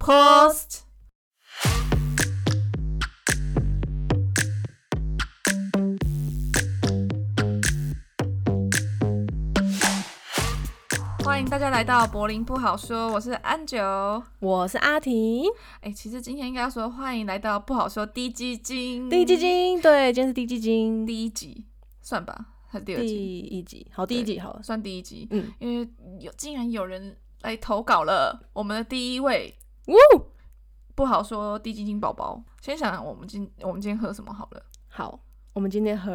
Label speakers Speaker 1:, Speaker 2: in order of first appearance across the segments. Speaker 1: host。欢迎大家来到柏林不好说，我是安九。
Speaker 2: 我是阿婷，
Speaker 1: 哎，其实今天应该要说欢迎来到不好说低基金，
Speaker 2: 低基金，对，今天是低基金
Speaker 1: 嗯第一集算吧，还是第二集？
Speaker 2: 第一集，好，第一集好了，
Speaker 1: 算第一集，
Speaker 2: 嗯，
Speaker 1: 因为有竟然有人来投稿了，我们的第一位
Speaker 2: 呜，
Speaker 1: 不好说低基金宝宝。先想想我们今我们今天喝什么好了，
Speaker 2: 好，我们今天喝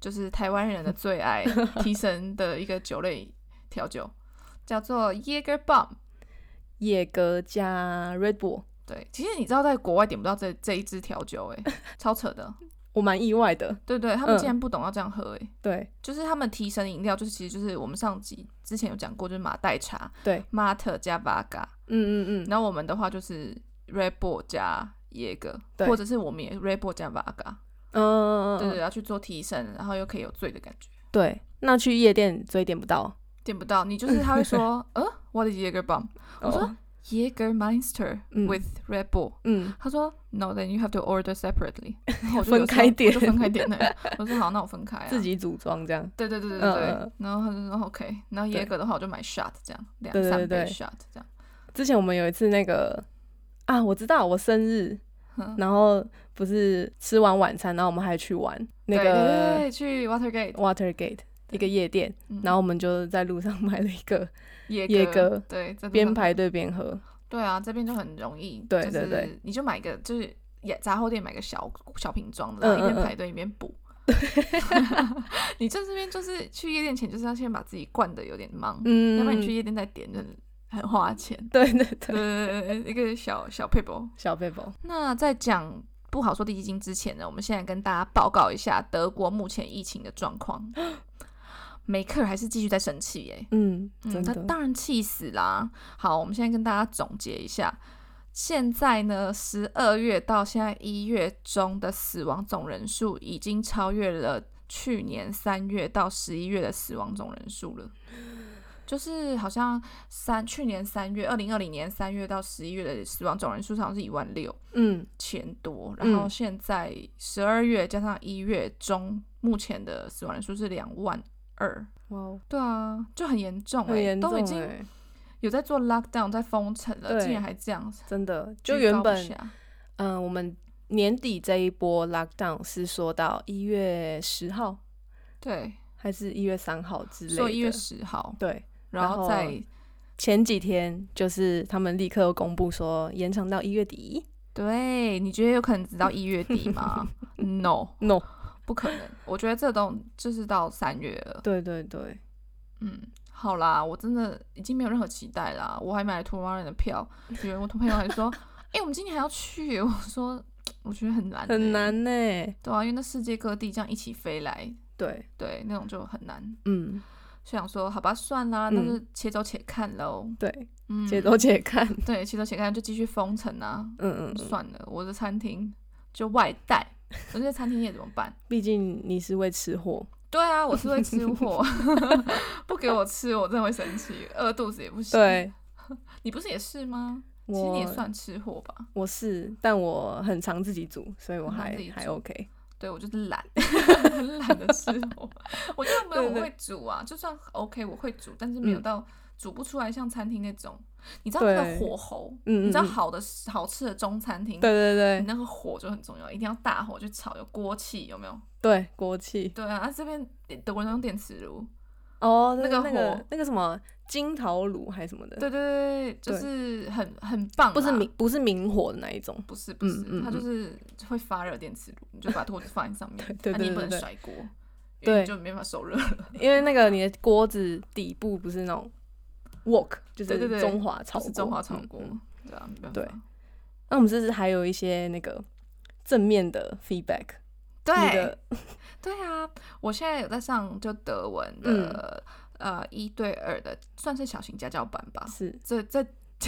Speaker 1: 就是台湾人的最 爱提神的一个酒类调酒，叫做 Jager Bomb。
Speaker 2: 野格加 Red Bull，
Speaker 1: 对，其实你知道在国外点不到这这一支调酒、欸，哎，超扯的，
Speaker 2: 我蛮意外的，
Speaker 1: 对不对？他们
Speaker 2: 嗯
Speaker 1: 竟然不懂要这样喝、欸，哎、
Speaker 2: 对
Speaker 1: 就是他们提神饮料，就是其实就是我们上集之前有讲过，就是马黛茶、
Speaker 2: 对，
Speaker 1: 马特加 Vaga，
Speaker 2: 嗯嗯嗯，
Speaker 1: 然后我们的话就是 Red Bull 加椰格，
Speaker 2: 对
Speaker 1: 或者是我们也 Red Bull 加 Vaga，
Speaker 2: 嗯嗯
Speaker 1: 对对，
Speaker 2: 嗯，
Speaker 1: 要去做提神，然后又可以有醉的感觉。
Speaker 2: 对，那去夜店所以点不到，
Speaker 1: 点不到，你就是他会 说，呃，What is Jaeger bomb？我说
Speaker 2: 哦
Speaker 1: Jaeger Meister
Speaker 2: 嗯
Speaker 1: with Red Bull。
Speaker 2: 嗯，
Speaker 1: 他说，No，then you have to order separately 。然后我就有时
Speaker 2: 分
Speaker 1: 候
Speaker 2: 开
Speaker 1: 我
Speaker 2: 点
Speaker 1: 就分开点的。我说好，那我分开啊。
Speaker 2: 自。己组装这样，
Speaker 1: 对对对对
Speaker 2: 嗯
Speaker 1: 对
Speaker 2: 嗯。
Speaker 1: 然后他就说 OK，然后
Speaker 2: 对
Speaker 1: Jaeger 的话我就买 shot 这样，两
Speaker 2: 对对
Speaker 1: 三杯
Speaker 2: 对
Speaker 1: shot 这样。
Speaker 2: 之前我们有一次那个啊，我知道我生日，
Speaker 1: 嗯
Speaker 2: 然后不是吃完晚餐，然后我们还去玩那
Speaker 1: 对对对
Speaker 2: 个
Speaker 1: 对去 Watergate，
Speaker 2: Watergate 一个夜店，
Speaker 1: 嗯
Speaker 2: 然后我们就在路上买了一个。
Speaker 1: 椰
Speaker 2: 椰
Speaker 1: 哥
Speaker 2: 哥
Speaker 1: 对，在路
Speaker 2: 边
Speaker 1: 上
Speaker 2: 排队边喝，
Speaker 1: 对啊，这边就很容易，
Speaker 2: 对
Speaker 1: 就
Speaker 2: 对
Speaker 1: 是
Speaker 2: 对
Speaker 1: 你就买个就是也杂货店买个小小瓶装的，
Speaker 2: 嗯
Speaker 1: 然后一边
Speaker 2: 嗯嗯
Speaker 1: 排队一边 补。你在这边就是去夜店前，就是要先把自己灌的有点忙，
Speaker 2: 嗯，
Speaker 1: 要不然你去夜店再点，真的很花钱。
Speaker 2: 对
Speaker 1: 对
Speaker 2: 对对，
Speaker 1: 对对对，一个小 小 paper。
Speaker 2: 小背包，
Speaker 1: 那在讲不好说低基金之前呢，我们现在跟大家报告一下德国目前疫情的状 况。梅克尔还是继续在生气耶、
Speaker 2: 嗯，
Speaker 1: 嗯
Speaker 2: 真，
Speaker 1: 他
Speaker 2: 的，
Speaker 1: 当然气死啦。好，我们现在跟大家总结一下，现在呢，十二月到现在一月中的死亡总人数已经超越了去年三月到十一月的死亡总人数了。就是好像三去年三月，二零二零年三月到十一月的死亡总人数好像是一万六
Speaker 2: 嗯
Speaker 1: 千多，
Speaker 2: 嗯
Speaker 1: 然后现在十二月加上一月中，目前的死亡人数是两万二。
Speaker 2: 哇哦，
Speaker 1: 对啊，就很严重哎、
Speaker 2: 很严
Speaker 1: 都已
Speaker 2: 重
Speaker 1: 经
Speaker 2: 哎，
Speaker 1: 有在做 lockdown，在封城了，
Speaker 2: 对
Speaker 1: 竟然还这样，
Speaker 2: 真的，就
Speaker 1: 居高
Speaker 2: 原
Speaker 1: 不
Speaker 2: 本，
Speaker 1: 下
Speaker 2: 嗯，我们年底这一波 lockdown 是说到一月十号
Speaker 1: 对，
Speaker 2: 还是一月三号之类
Speaker 1: 说
Speaker 2: 的，
Speaker 1: 一月十号，
Speaker 2: 对，
Speaker 1: 然
Speaker 2: 然
Speaker 1: 后
Speaker 2: 后
Speaker 1: 再
Speaker 2: 前几天就是他们立刻又公布说延长到一月底
Speaker 1: 对，你觉得有可能直到一月底 吗？No，
Speaker 2: ，no，
Speaker 1: 不可能，我觉得这都就是到三月了。
Speaker 2: 对对对，
Speaker 1: 嗯，好啦，我真的已经没有任何期待啦，我还买了 Tomorrowland 的票，有人我同朋友还说， 哎、我们今年还要去，我说我觉得很难、欸
Speaker 2: 很，难呢，欸
Speaker 1: 对啊，因为那世界各地这样一起飞来，
Speaker 2: 对，
Speaker 1: 对，那种就很难。
Speaker 2: 嗯，
Speaker 1: 就想说，好吧，算啦，
Speaker 2: 嗯
Speaker 1: 那就且走且看喽。
Speaker 2: 对，
Speaker 1: 嗯，
Speaker 2: 且走且看，
Speaker 1: 对，且走且看，就继续封城啊。
Speaker 2: 嗯嗯嗯，
Speaker 1: 算了，我的餐厅就外带，我这餐厅业怎么办？
Speaker 2: 毕竟你是会吃货，
Speaker 1: 对啊，我是会吃货， 不给我吃，我真的会生气，饿肚子也不行。，
Speaker 2: 对。
Speaker 1: 你不是也是吗？其
Speaker 2: 我
Speaker 1: 实你也算吃货吧。
Speaker 2: 我是，但我很常自己煮，所以我
Speaker 1: 很常
Speaker 2: 还
Speaker 1: 自己
Speaker 2: 还
Speaker 1: 煮
Speaker 2: OK。
Speaker 1: 对，我就是懒， 很懒的吃货。我觉得没有
Speaker 2: 对
Speaker 1: 我
Speaker 2: 对
Speaker 1: 会煮啊，就算 OK 我会煮，但是没有
Speaker 2: 嗯
Speaker 1: 到煮不出来像餐厅那种。你知道那个
Speaker 2: 对
Speaker 1: 火候，
Speaker 2: 嗯嗯
Speaker 1: 你知道
Speaker 2: 嗯
Speaker 1: 好的好吃的中餐厅，
Speaker 2: 对对
Speaker 1: 你
Speaker 2: 对
Speaker 1: 那个火就很重要，一定要大火去炒，有锅气有没有？
Speaker 2: 对，锅气
Speaker 1: 对啊，啊这边德国人都用电磁炉，
Speaker 2: 哦，
Speaker 1: 那
Speaker 2: 那
Speaker 1: 个
Speaker 2: 个那
Speaker 1: 火
Speaker 2: 个那个什么金桃炉还是什么的，
Speaker 1: 对对对，就
Speaker 2: 对
Speaker 1: 是很很棒啦，
Speaker 2: 不是明不是明火的那一种，
Speaker 1: 不是不是，
Speaker 2: 嗯嗯
Speaker 1: 它就是会发热电磁炉，你就把兔子放在上面，
Speaker 2: 对对
Speaker 1: 啊你也
Speaker 2: 对
Speaker 1: 不能
Speaker 2: 对对
Speaker 1: 甩锅，因为
Speaker 2: 对
Speaker 1: 你就没办法受热了，
Speaker 2: 因为那个你的锅子底部不是那种 wok，就
Speaker 1: 对对对
Speaker 2: 是中华
Speaker 1: 它
Speaker 2: 炒
Speaker 1: 是中华
Speaker 2: 锅
Speaker 1: 炒
Speaker 2: 嗯
Speaker 1: 锅
Speaker 2: 嗯，
Speaker 1: 对啊，没办
Speaker 2: 对
Speaker 1: 法。
Speaker 2: 那我们是不是还有一些那个正面的 feedback？你
Speaker 1: 对
Speaker 2: 的
Speaker 1: 对啊，我现在有在上就德文的、
Speaker 2: 嗯
Speaker 1: 呃一对二的，算是小型家教班吧，
Speaker 2: 是
Speaker 1: 这这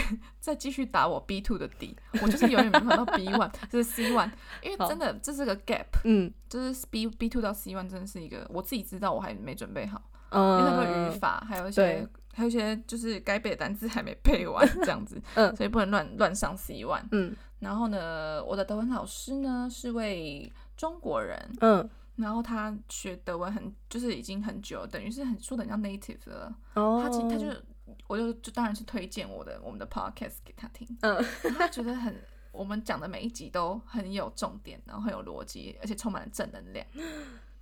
Speaker 1: 再继续打我 B two 的底，我就是永远没办法到 B one，就是 C one，因为
Speaker 2: 好
Speaker 1: 真的这是个 gap，
Speaker 2: 嗯
Speaker 1: 就是 B B two 到 C one 真的是一个我自己知道我还没准备好，因为很多
Speaker 2: 嗯
Speaker 1: 语法还有一些
Speaker 2: 对
Speaker 1: 还有一些就是该背的单词还没背 完这样子，
Speaker 2: 嗯
Speaker 1: 所以不能乱乱上 C one。
Speaker 2: 嗯
Speaker 1: 然后呢，我的德文老师呢是位中国人，
Speaker 2: 嗯，
Speaker 1: 然后他学德文很就是已经很久，等于是很说的很像 native 了。
Speaker 2: 哦，
Speaker 1: 他其他就我就就当然是推荐我的我们的 podcast 给他听，
Speaker 2: 嗯
Speaker 1: 然后他觉得很 我们讲的每一集都很有重点，然后很有逻辑，而且充满了正能量。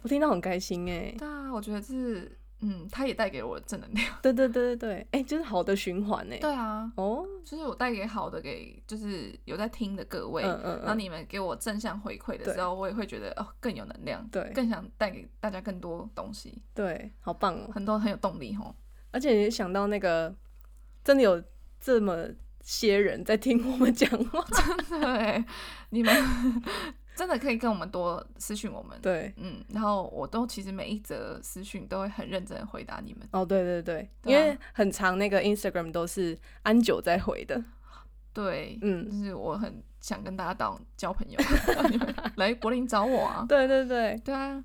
Speaker 2: 我听到很开心哎，
Speaker 1: 对啊，我觉得是嗯，他也带给我正能量。
Speaker 2: 对对对对对，哎，就是好的循环哎，
Speaker 1: 对啊，
Speaker 2: 哦，
Speaker 1: 就是我带给好的给就是有在听的各位，
Speaker 2: 嗯嗯
Speaker 1: 然后
Speaker 2: 嗯，
Speaker 1: 你们给我正向回馈的
Speaker 2: 对
Speaker 1: 时候，我也会觉得哦更有能量，
Speaker 2: 对
Speaker 1: 更想带给大家更多东西，
Speaker 2: 对，好棒哦，
Speaker 1: 很多很有动力吼。
Speaker 2: 而且也想到那个真的有这么些人在听我们讲 话，
Speaker 1: 对，你们 真的可以跟我们多私讯我们，
Speaker 2: 对，
Speaker 1: 嗯，然后我都其实每一则私讯都会很认真的回答你们，
Speaker 2: 哦对对对，
Speaker 1: 对
Speaker 2: 因
Speaker 1: 啊
Speaker 2: 为很长那个 Instagram 都是安九在回的，
Speaker 1: 对，
Speaker 2: 嗯
Speaker 1: 就，是我很想跟大家当交朋友，你们 来柏林找我啊，
Speaker 2: 对对对，
Speaker 1: 对啊，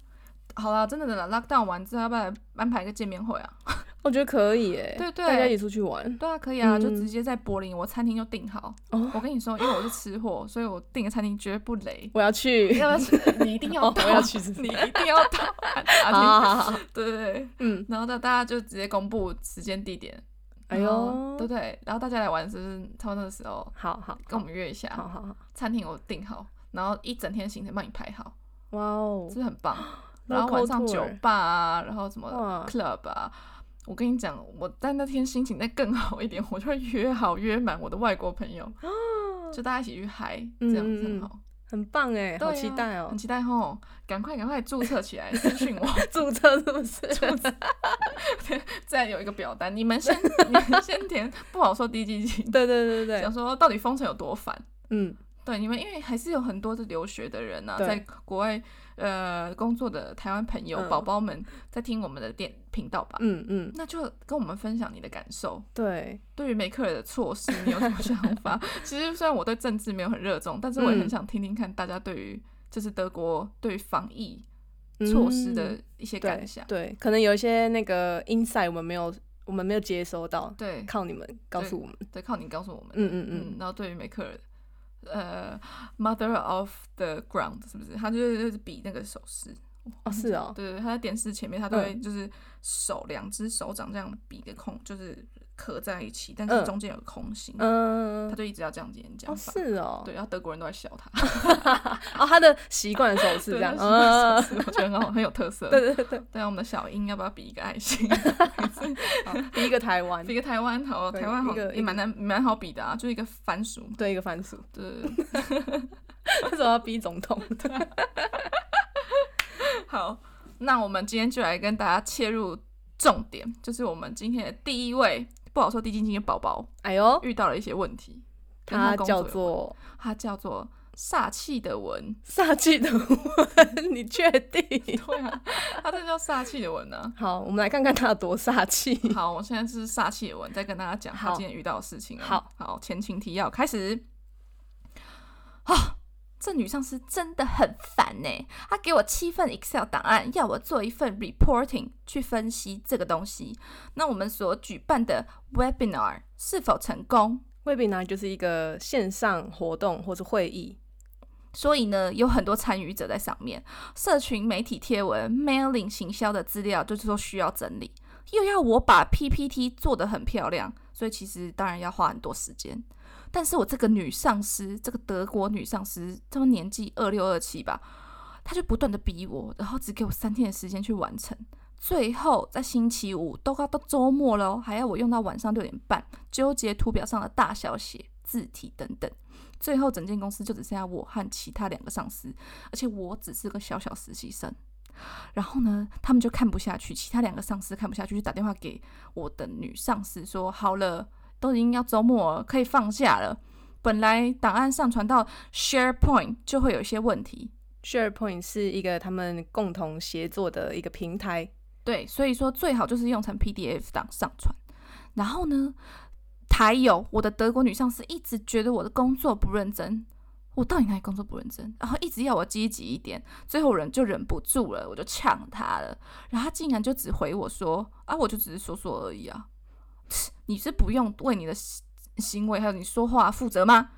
Speaker 1: 好啦，真的的啦，lockdown 完之后要不要来安排一个见面会啊？
Speaker 2: 我觉得可以哎，
Speaker 1: 对对
Speaker 2: 大家一起出去玩，
Speaker 1: 对啊，可以啊，就
Speaker 2: 嗯
Speaker 1: 直接在柏林，我餐厅就订好。
Speaker 2: 哦
Speaker 1: 我跟你说，因为我是吃货，所以我订的餐厅绝对不 雷。
Speaker 2: 我要 去，
Speaker 1: 要不要？你一定要
Speaker 2: 哦
Speaker 1: 到，
Speaker 2: 我要去吃
Speaker 1: 你一定要到。
Speaker 2: 好好好好，
Speaker 1: 对对对，
Speaker 2: 嗯，
Speaker 1: 然后大大家就直接公布时间地点，
Speaker 2: 哎
Speaker 1: 然后
Speaker 2: 呦
Speaker 1: 哦对，对，然后大家来玩是不是差不多那个时候
Speaker 2: 好好
Speaker 1: 跟我们约一下，
Speaker 2: 好好好，
Speaker 1: 餐厅我订好，然后一整天行程帮你排好，
Speaker 2: 哇哦
Speaker 1: 是不，是很 棒？然后晚上
Speaker 2: Local
Speaker 1: 酒
Speaker 2: tour
Speaker 1: 吧啊，然后什么
Speaker 2: 哇
Speaker 1: club 啊，我跟你讲，我在那天心情再更好一点，我就会约好约满我的外国朋 友，就大家一起去嗨，这样子很
Speaker 2: 嗯嗯嗯
Speaker 1: 好。
Speaker 2: 很棒哎，
Speaker 1: 对啊
Speaker 2: 好期待哦
Speaker 1: 很！期待吼！赶快赶快注册起来，私讯 我，
Speaker 2: 注册是不 是？
Speaker 1: 再有一个表单，你们先你们先填，不好说低几级，
Speaker 2: 对对对对
Speaker 1: 想，说到底封城有多烦。
Speaker 2: 嗯，
Speaker 1: 对，你们因为还是有很多的留学的人呐、啊
Speaker 2: 对
Speaker 1: 在国外呃工作的台湾朋友、
Speaker 2: 嗯
Speaker 1: 宝宝们在听我们的电频道吧。
Speaker 2: 嗯嗯，
Speaker 1: 那就跟我们分享你的感受，
Speaker 2: 对，
Speaker 1: 对于梅克尔的措施，你有什么想法？ 其实虽然我对政治没有很热衷，但是我也很
Speaker 2: 嗯
Speaker 1: 想听听看大家对于就是德国对于防疫措施的
Speaker 2: 嗯
Speaker 1: 一些
Speaker 2: 对
Speaker 1: 感想。
Speaker 2: 对，可能有一些那个 insight 我们没有，我们没有接收到，
Speaker 1: 对
Speaker 2: 靠你们告诉我们。
Speaker 1: 对，靠你告诉我们。
Speaker 2: 嗯嗯
Speaker 1: 嗯
Speaker 2: 嗯，，
Speaker 1: 然后对于梅克尔，呃，Mother of the Ground 是不是？他就是就是比那个手势。
Speaker 2: 哦是哦，嗯
Speaker 1: 对对，他在电视前面，他都会就是手两只手掌这样比个空，就是合在一起，但是
Speaker 2: 嗯
Speaker 1: 中间有个空心，
Speaker 2: 嗯
Speaker 1: 他，就一直要这样子演讲
Speaker 2: 哦
Speaker 1: 法。
Speaker 2: 是哦，
Speaker 1: 对，然后德国人都在笑他，
Speaker 2: 哦他的习惯手势这
Speaker 1: 对，
Speaker 2: 样，
Speaker 1: 他
Speaker 2: 嗯，
Speaker 1: 是那个手势我觉得很好，很有特色。
Speaker 2: 对对对对，
Speaker 1: 对啊，我们的小英要不要比一个爱 心？
Speaker 2: 好第一个台湾
Speaker 1: 比，一个台湾好，
Speaker 2: 对
Speaker 1: 台湾好
Speaker 2: 一个
Speaker 1: 也蛮难蛮好比的啊，就一个番薯嘛。
Speaker 2: 对一个番薯，
Speaker 1: 对对，对
Speaker 2: 为什么要逼总统？
Speaker 1: 好，那我们今天就来跟大家切入重点，就是我们今天的第一位不好说低基金的宝宝
Speaker 2: 哎呦，
Speaker 1: 遇到了一些问题，跟
Speaker 2: 他
Speaker 1: 工作
Speaker 2: 叫
Speaker 1: 有关
Speaker 2: 做
Speaker 1: 他叫做煞气的文，
Speaker 2: 煞气的文，你确定？
Speaker 1: 对啊， 他这叫煞气的文啊呢、
Speaker 2: 好，我们来看看他有多煞气。
Speaker 1: 好，我现在是煞气的文，再跟大家讲他
Speaker 2: 好
Speaker 1: 今天遇到的事情、哦。
Speaker 2: 好，
Speaker 1: 好，前情提要开始。啊，这女上司真的很烦呢、她给我七份 Excel 档案，要我做一份 reporting 去分析这个东西。那我们所举办的 webinar 是否成功？
Speaker 2: 未必呢，就是一个线上活动或是会议，
Speaker 1: 所以呢，有很多参与者在上面，社群媒体贴文、mailing 行销的资料，就是说需要整理，又要我把 PPT 做得很漂亮，所以其实当然要花很多时间。但是我这个女上司，这个德国女上司，这么年纪二六二七吧，她就不断的逼我，然后只给我三天的时间去完成。最后在星期五都快到周末了哦，还要我用到晚上六点半，纠结图表上的大小写、字体等等。最后整间公司就只剩下我和其他两个上司，而且我只是个小小实习生。然后呢，他们就看不下去，其他两个上司看不下去，就打电话给我的女上司说：“好了，都已经要周末了，可以放假了。本来档案上传到 SharePoint 就会有一些问题，
Speaker 2: SharePoint 是一个他们共同协作的一个平台。
Speaker 1: 对，所以说最好就是用成 PDF 档上传。然后呢，还有我的德国女上司一直觉得我的工作不认真，我到底哪里工作不认真？然后一直要我积极一点，最后忍就忍不住了，我就呛她了。然后她竟然就只回我说：“啊，我就只是说说而已啊。”你是不用为你的行行为还有你说话负责吗？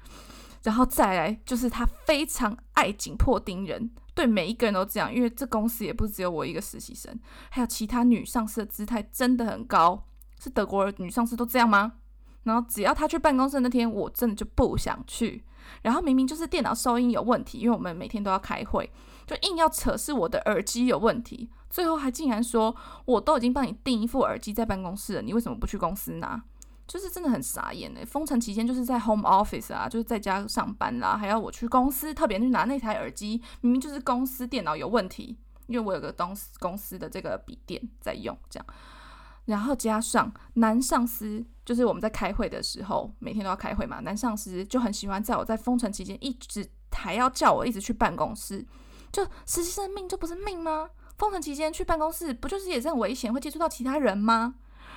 Speaker 1: 然后再来就是他非常爱紧迫盯人，对每一个人都这样，因为这公司也不只有我一个实习生，还有其他女上司的姿态真的很高。是德国女上司都这样吗？然后只要他去办公室那天，我真的就不想去。然后明明就是电脑收音有问题，因为我们每天都要开会，就硬要扯是我的耳机有问题。最后还竟然说我都已经帮你订一副耳机在办公室了，你为什么不去公司拿？就是真的很傻眼哎！封城期间就是在 home office 啊，就是在家上班啦、还要我去公司特别去拿那台耳机，明明就是公司电脑有问题，因为我有个公司公司的这个笔电在用这样。然后加上男上司，就是我们在开会的时候，每天都要开会嘛，男上司就很喜欢在我在封城期间一直还要叫我一直去办公室，就实习生的命就不是命吗？封城期间去办公室不就是也是很危险，会接触到其他人吗？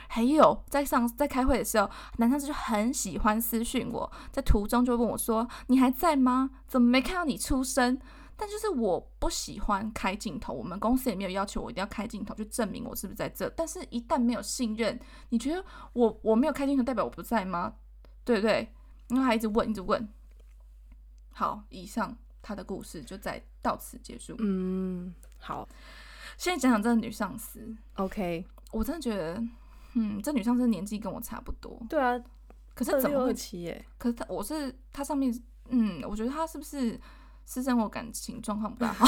Speaker 1: 还有在上在开会的时候，男上司就很喜欢私讯我，在途中就问我说：“你还在吗？怎么没看到你出声？”但就是我不喜欢开镜头，我们公司也没有要求我一定要开镜头去证明我是不是在这。但是，一旦没有信任，你觉得我我没有开镜头代表我不在吗？对不对？然后还一直问，一直问。好，以上他的故事就在到此结束。
Speaker 2: 嗯，好
Speaker 1: 现在讲讲这个女上司，
Speaker 2: ，OK，
Speaker 1: 我真的觉得，嗯，这女上司年纪跟我差不多，
Speaker 2: 对啊，
Speaker 1: 可是怎么会？
Speaker 2: 期耶？
Speaker 1: 可是她，我是她上面，嗯，我觉得她是不是私生活感情状况不 大好，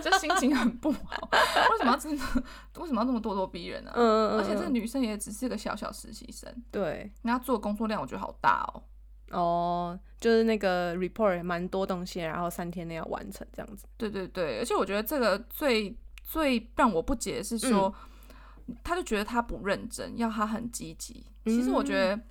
Speaker 1: 就心情很不好。为什么要这么为什么要这么咄咄逼人呢、啊
Speaker 2: 嗯嗯嗯，
Speaker 1: 而且这
Speaker 2: 嗯
Speaker 1: 女生也只是个小小实习生，
Speaker 2: 对
Speaker 1: 然后她做的工作量我觉得好大哦。
Speaker 2: 哦，就是那个 report 蛮多东西，然后三天内要完成这样子。
Speaker 1: 对对对，而且我觉得这个最最让我不解
Speaker 2: 嗯
Speaker 1: 的是说，他就觉得他不认真，要他很积极。其实我觉
Speaker 2: 嗯
Speaker 1: 得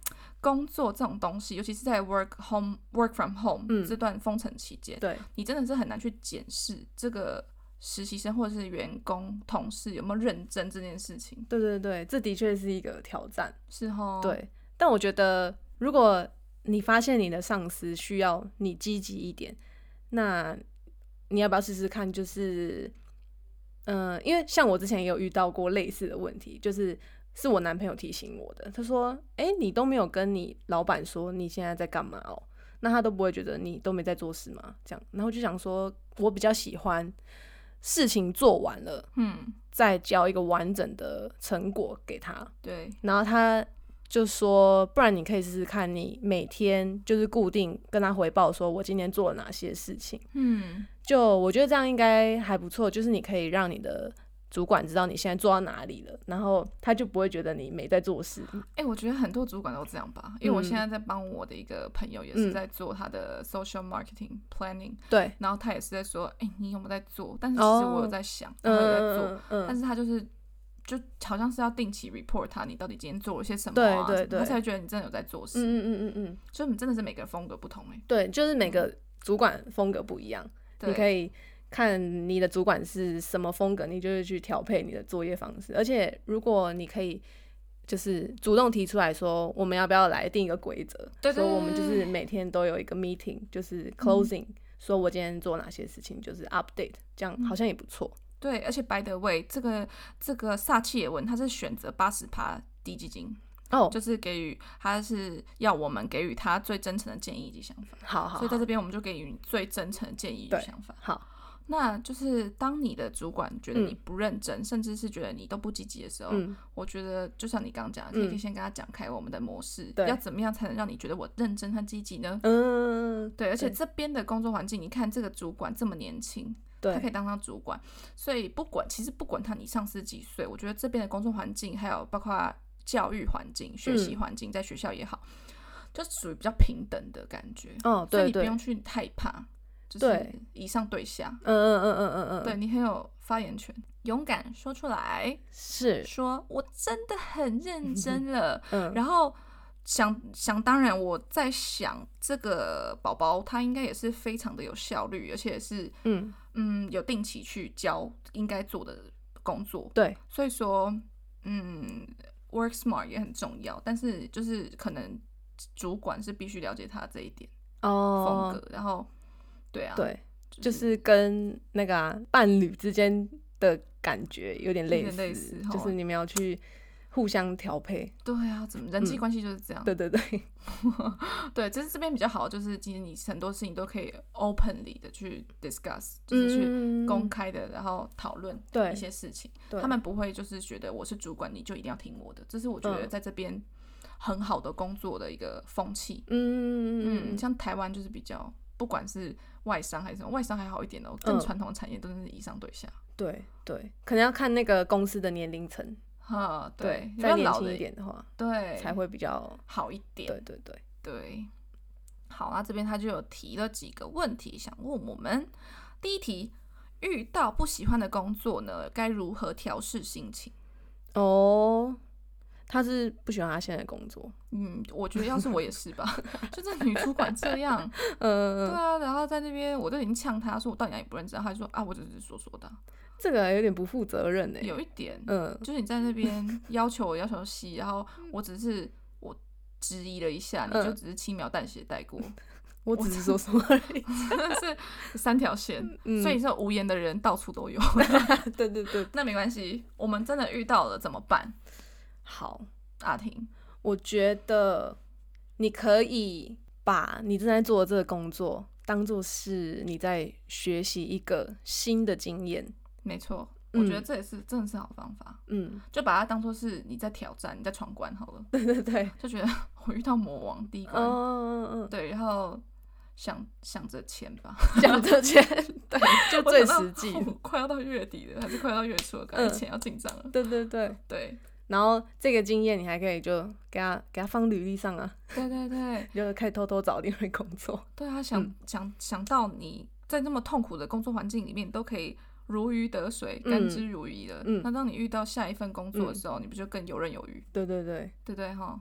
Speaker 1: 工作这种东西，尤其是在 work home work from home、
Speaker 2: 嗯
Speaker 1: 这段封城期间，
Speaker 2: 对，
Speaker 1: 你真的是很难去检视这个实习生或者是员工同事有没有认真这件事情，
Speaker 2: 对对对，这的确是一个挑战。
Speaker 1: 是哦，，
Speaker 2: 对，但我觉得如果你发现你的上司需要你积极一点，那你要不要试试看？就是，嗯、因为像我之前也有遇到过类似的问题，就是是我男朋友提醒我的，他说：“哎、你都没有跟你老板说你现在在干嘛哦。”那他都不会觉得你都没在做事吗？这样，然后我就想说，我比较喜欢事情做完了，
Speaker 1: 嗯，
Speaker 2: 再交一个完整的成果给他。
Speaker 1: 对，
Speaker 2: 然后他就说，不然你可以试试看，你每天就是固定跟他回报，说我今天做了哪些事情。
Speaker 1: 嗯，
Speaker 2: 就我觉得这样应该还不错，就是你可以让你的主管知道你现在做到哪里了，然后他就不会觉得你没在做事。
Speaker 1: 哎、我觉得很多主管都这样吧，因为我
Speaker 2: 嗯
Speaker 1: 现在在帮我的一个朋友，也是
Speaker 2: 嗯
Speaker 1: 在做他的 social marketing planning，、
Speaker 2: 对，
Speaker 1: 然后他也是在说，哎、你有没有在做？但是其实我有在想，然后有在做，
Speaker 2: 哦嗯嗯
Speaker 1: 但
Speaker 2: 嗯，
Speaker 1: 是他就是就好像是要定期 report 他你到底今天做了些什么、
Speaker 2: 对
Speaker 1: 啊，
Speaker 2: 对
Speaker 1: 什么
Speaker 2: 对
Speaker 1: 他才会觉得你真的有在做事。
Speaker 2: 嗯嗯嗯嗯嗯，
Speaker 1: 所以你真的是每个人风格不同哎、
Speaker 2: 对，就是每个主管风格不一样，
Speaker 1: 对，
Speaker 2: 你可以。看你的主管是什么风格，你就是去调配你的作业方式。而且，如果你可以就是主动提出来说，我们要不要来定一个规则？
Speaker 1: 对对
Speaker 2: 说我们就
Speaker 1: 对嗯
Speaker 2: 是
Speaker 1: 对
Speaker 2: 每天都有一个 meeting，就是 closing，、说我今天做哪些事情，就是 update，这
Speaker 1: 嗯
Speaker 2: 样好像也不错。
Speaker 1: 对，而且 by the way，这个这个萨契也问，他是选择八十趴低基金，
Speaker 2: 哦，
Speaker 1: 就是给予他是要我们给予他最真诚的建议以及想法。
Speaker 2: 好好
Speaker 1: 所以在
Speaker 2: 好
Speaker 1: 这边我们就给予你最真诚的建议与
Speaker 2: 哦对
Speaker 1: 想法。
Speaker 2: 好，
Speaker 1: 那就是当你的主管觉得
Speaker 2: 嗯
Speaker 1: 你不认真，甚至是觉得你都不积极的时候，
Speaker 2: 嗯，
Speaker 1: 我觉得就像你刚刚讲的，你可以
Speaker 2: 嗯
Speaker 1: 先跟他讲开我们的模式，
Speaker 2: 对
Speaker 1: 要怎么样才能让你觉得我认真和积极呢？
Speaker 2: 嗯，
Speaker 1: 对，而且
Speaker 2: 对
Speaker 1: 这边的工作环境，你看这个主管这么年轻，他可以
Speaker 2: 对，
Speaker 1: 当上主管，所以不管其实不管他你上司几岁，我觉得这边的工作环境，还有包括教育环境、学习
Speaker 2: 嗯
Speaker 1: 环境，在学校也好，就属于比较平等的感觉。
Speaker 2: 哦，
Speaker 1: 所以
Speaker 2: 对
Speaker 1: 你不
Speaker 2: 对，
Speaker 1: 用去害怕，就是
Speaker 2: 对
Speaker 1: 以上对下，
Speaker 2: 嗯嗯嗯嗯嗯嗯，
Speaker 1: 对，你很有发言权，勇敢说出来，
Speaker 2: 是，
Speaker 1: 说我真的很认真 了。
Speaker 2: 嗯，
Speaker 1: 然后想想当然，我在想这个宝宝他应该也是非常的有效率，而且是
Speaker 2: 嗯，
Speaker 1: 嗯有定期去交应该做的工作，
Speaker 2: 对，
Speaker 1: 所以说嗯 work smart 也很重要，但是就是可能主管是必须了解他这一点风
Speaker 2: 哦
Speaker 1: 格，，然后对啊，
Speaker 2: 对，就是跟那个啊、伴侣之间的感觉有点类
Speaker 1: 有
Speaker 2: 似，
Speaker 1: 点类似哦
Speaker 2: 就
Speaker 1: 吼
Speaker 2: 是你们要去互相调配。
Speaker 1: 对啊，怎么人际关系就是这样。
Speaker 2: 嗯对对对，
Speaker 1: 对，只是这边比较好，就是其实你很多事情都可以 openly 的去 discuss，就是去
Speaker 2: 去
Speaker 1: 公开的，然后讨论
Speaker 2: 嗯对
Speaker 1: 一些事情。
Speaker 2: 对
Speaker 1: 他们不会就是觉得我是主管，你就一定要听我的。这是我觉得
Speaker 2: 嗯
Speaker 1: 在这边很好的工作的一个风气。
Speaker 2: 嗯
Speaker 1: 嗯，
Speaker 2: 嗯
Speaker 1: 像台湾就是比较，不管是外商还是什么，外商还好一点哦，更
Speaker 2: 嗯
Speaker 1: 传统产业都是以上对下。
Speaker 2: 对对，可能要看那个公司的年龄层，
Speaker 1: 哈，对，
Speaker 2: 再
Speaker 1: 要
Speaker 2: 年
Speaker 1: 老
Speaker 2: 轻
Speaker 1: 的
Speaker 2: 一，点的话
Speaker 1: 对，
Speaker 2: 才会比较
Speaker 1: 好一点。
Speaker 2: 对对对。
Speaker 1: 对，好那这边他就有提了几个问题想问我们。第一题，遇到不喜欢的工作呢，该如何调试心情？
Speaker 2: 哦，他是不喜欢他现在的工作，
Speaker 1: 嗯，我觉得要是我也是吧， 就这女主管这样，对
Speaker 2: 嗯，
Speaker 1: 啊，然后在那边我都已经呛她说我到底哪里不认真，她就说啊我只是说说的啊，
Speaker 2: 这个有点不负责任呢。
Speaker 1: 有一点，
Speaker 2: 嗯，
Speaker 1: 就是你在那边要求我要求细，然后我只是我质疑了一下，你就
Speaker 2: 嗯
Speaker 1: 只是轻描淡写带过，
Speaker 2: 我只是说说而已。
Speaker 1: 真的是三条线，
Speaker 2: 嗯，
Speaker 1: 所以这无言的人到处都有。
Speaker 2: 对对对，
Speaker 1: 那没关系，我们真的遇到了怎么办？
Speaker 2: 好，
Speaker 1: 阿婷，
Speaker 2: 我觉得你可以把你正在做的这个工作当做是你在学习一个新的经验。
Speaker 1: 没错，我
Speaker 2: 嗯
Speaker 1: 觉得这也是真的是好方法，
Speaker 2: 嗯，
Speaker 1: 就把它当做是你在挑战，你在闯关好了，
Speaker 2: 对对对，
Speaker 1: 就觉得我遇到魔王第一
Speaker 2: 嗯
Speaker 1: 关，
Speaker 2: 嗯嗯嗯，
Speaker 1: 对，然后想想着钱吧，
Speaker 2: 讲这些，对，就 最
Speaker 1: 我想到
Speaker 2: 实 际。
Speaker 1: 我快要到月底了，还是快要到月初了，感觉
Speaker 2: 嗯
Speaker 1: 钱要进账了，
Speaker 2: 对对对，
Speaker 1: 对，
Speaker 2: 然后这个经验你还可以就给他给他放履历上啊，
Speaker 1: 对对对
Speaker 2: 就可以偷偷找另外工作。
Speaker 1: 对啊，想、
Speaker 2: 嗯
Speaker 1: 想想到你在那么痛苦的工作环境里面，你都可以。如鱼得水，甘
Speaker 2: 嗯
Speaker 1: 之如饴的。
Speaker 2: 嗯
Speaker 1: 那当你遇到下一份工作的
Speaker 2: 嗯
Speaker 1: 时候，你不就更游刃有余？
Speaker 2: 对对对，
Speaker 1: 对不对哈？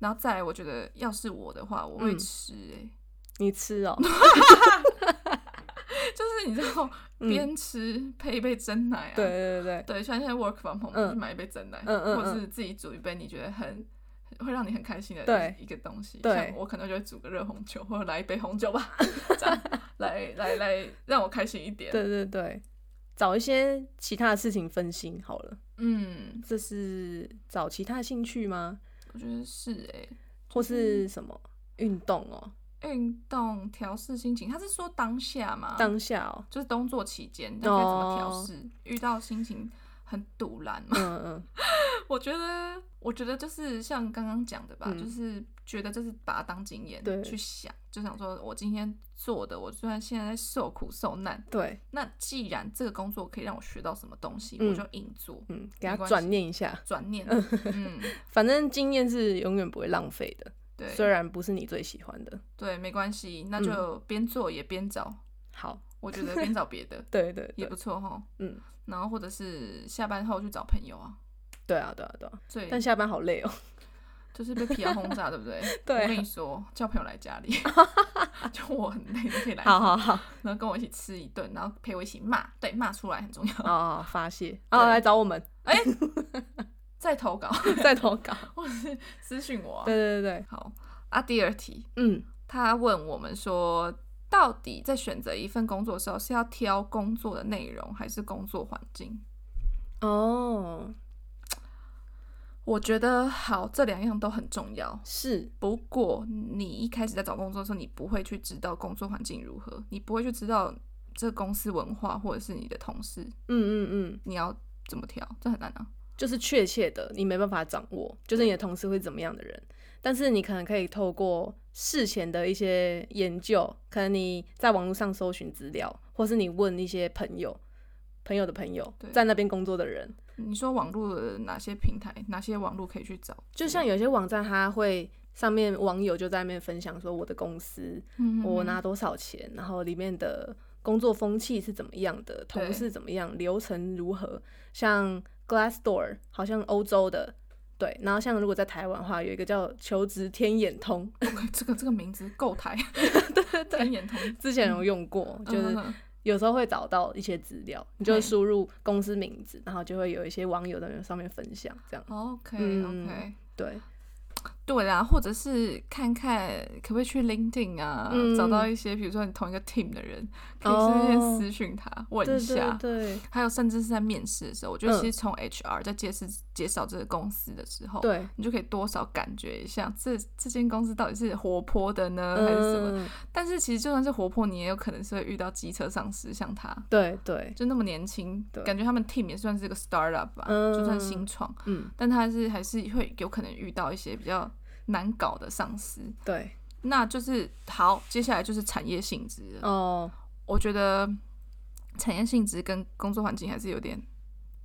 Speaker 1: 然后再来，我觉得要是我的话，我会
Speaker 2: 嗯
Speaker 1: 吃哎、
Speaker 2: 你吃哦，
Speaker 1: 就是你知道
Speaker 2: 嗯
Speaker 1: 边吃配一杯真奶啊，
Speaker 2: 对对对对，
Speaker 1: 对，像现在 work from home
Speaker 2: 嗯
Speaker 1: 就买一杯真奶，
Speaker 2: 嗯嗯
Speaker 1: 或者是自己煮一杯你觉得很会让你很开心的
Speaker 2: 对
Speaker 1: 一个东西，
Speaker 2: 对
Speaker 1: 像我可能就会煮个热红酒，或者来一杯红酒吧， 这样来来来让我开心一点，
Speaker 2: 对对对，找一些其他的事情分心好了，
Speaker 1: 嗯，
Speaker 2: 这是找其他兴趣吗？
Speaker 1: 我觉得是哎、
Speaker 2: 或是
Speaker 1: 嗯
Speaker 2: 什么运动哦，
Speaker 1: 运动调试心情，他是说当下吗？
Speaker 2: 当下哦，
Speaker 1: 就是工作期间，那该怎么调
Speaker 2: 哦
Speaker 1: 试？遇到心情很堵然嘛？
Speaker 2: 嗯嗯，
Speaker 1: 我觉得，我觉得就是像刚刚讲的吧，
Speaker 2: 嗯
Speaker 1: 就是觉得就是把它当经验
Speaker 2: 对
Speaker 1: 去想，就想说我今天做的，我虽然现在在受苦受难，
Speaker 2: 对，
Speaker 1: 那既然这个工作可以让我学到什么东西，
Speaker 2: 嗯
Speaker 1: 我就硬做，
Speaker 2: 嗯，给
Speaker 1: 没
Speaker 2: 他
Speaker 1: 关系
Speaker 2: 转念一下，
Speaker 1: 转 念，嗯，
Speaker 2: 反正经验是永远不会浪费的，虽
Speaker 1: 对
Speaker 2: 然不嗯是你最喜欢的。
Speaker 1: 对，没关系，那就边做也边找，
Speaker 2: 好，
Speaker 1: 我觉得边找别的
Speaker 2: 对对
Speaker 1: 也
Speaker 2: 对
Speaker 1: 不，错哈，
Speaker 2: 嗯，
Speaker 1: 然后或者是下班后去找朋友啊，
Speaker 2: 对啊对啊对啊，
Speaker 1: 对，
Speaker 2: 但下班好累哦，
Speaker 1: 就是被疲劳轰炸，对不对？
Speaker 2: 对啊
Speaker 1: 我跟你说，叫朋友来家 里，就我很累，你可以来，
Speaker 2: 好 好好好
Speaker 1: 然后跟我一起吃一顿，然后陪我一起骂，对，骂出来很重要。
Speaker 2: 好好发泄，哦来找我们
Speaker 1: 再投稿
Speaker 2: 再投稿，
Speaker 1: 或者是私讯我啊、
Speaker 2: 对对对对，
Speaker 1: 好啊，第二题，
Speaker 2: 嗯
Speaker 1: 他问我们说，到底在选择一份工作的时候，是要挑工作的内容还是工作环境？
Speaker 2: 哦
Speaker 1: 我觉得好，这两样都很重要。
Speaker 2: 是，
Speaker 1: 不过，你一开始在找工作的时候，你不会去知道工作环境如何，你不会去知道这公司文化或者是你的同事，
Speaker 2: 嗯嗯嗯。
Speaker 1: 你要怎么挑，这很难啊。
Speaker 2: 就是确切的，你没办法掌握，就是你的同事会怎么样的人。但是你可能可以透过事前的一些研究，可能你在网络上搜寻资料，或是你问一些朋友、朋友的朋友
Speaker 1: 对，
Speaker 2: 在那边工作的人，
Speaker 1: 你说网络的哪些平台，哪些网络可以去找？
Speaker 2: 就像有些网站，它会上面网友就在那边分享说我的公司
Speaker 1: 嗯
Speaker 2: 我拿多少钱，然后里面的工作风气是怎么样的，同
Speaker 1: 对
Speaker 2: 事怎么样，流程如何。像 Glassdoor 好像欧洲的，对，然后像如果在台湾的话，有一个叫求职天眼通，
Speaker 1: 这个这个名字够台，
Speaker 2: 对
Speaker 1: 天
Speaker 2: 对，
Speaker 1: 眼通，
Speaker 2: 之前有用过， 就是
Speaker 1: 嗯
Speaker 2: 有时候会找到一些资料，你就输入公司名字，然后就会有一些网友在那上面分享，这样
Speaker 1: OK
Speaker 2: 嗯
Speaker 1: OK，
Speaker 2: 对，
Speaker 1: 对啦，或者是看看可不可以去 LinkedIn 啊，
Speaker 2: 嗯
Speaker 1: 找到一些比如说你同一个 team 的人，可以顺便
Speaker 2: 哦
Speaker 1: 私讯他、问
Speaker 2: 对
Speaker 1: 一下。
Speaker 2: 对对
Speaker 1: 还有，甚至是在面试的时候，我觉得
Speaker 2: 嗯
Speaker 1: 其实从 HR 在介绍介绍这个公司的时候，
Speaker 2: 对，
Speaker 1: 你就可以多少感觉一下这这间公司到底是活泼的呢，还是什么？
Speaker 2: 嗯，
Speaker 1: 但是其实就算是活泼，你也有可能是会遇到机车上司，像他
Speaker 2: 对对，
Speaker 1: 就那么年轻
Speaker 2: 对，
Speaker 1: 感觉他们 team 也算是个 startup 吧，
Speaker 2: 嗯
Speaker 1: 就算新创，
Speaker 2: 嗯，
Speaker 1: 但他是还是会有可能遇到一些比较难搞的上司。
Speaker 2: 对，
Speaker 1: 那就是好，接下来就是产业性质了。
Speaker 2: 哦，
Speaker 1: 我觉得产业性质跟工作环境还是有点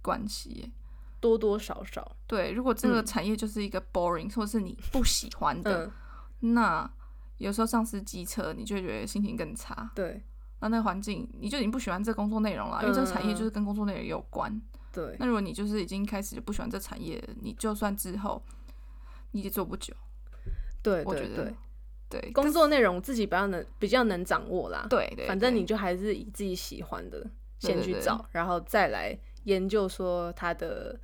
Speaker 1: 关系耶。
Speaker 2: 多多少少，
Speaker 1: 对，如果这个
Speaker 2: 嗯
Speaker 1: 产业就是一个 boring，、或是你不喜欢的，
Speaker 2: 嗯，
Speaker 1: 那有时候上司机车，你就会觉得心情更差。
Speaker 2: 对
Speaker 1: 那那个环境，你就已经不喜欢这工作内容了，因为这个产业就是跟工作内容有关。
Speaker 2: 嗯对，
Speaker 1: 那如果你就是已经开始就不喜欢这产业了，你就算之后你也做不久，
Speaker 2: 对
Speaker 1: 我觉
Speaker 2: 对
Speaker 1: 得
Speaker 2: 对，
Speaker 1: 对，
Speaker 2: 工作内容自己比较能比较能掌握啦，
Speaker 1: 对对，
Speaker 2: 反正
Speaker 1: 对
Speaker 2: 你就还是以自己喜欢的先
Speaker 1: 对
Speaker 2: 去
Speaker 1: 对
Speaker 2: 找，然后再来研究说他的。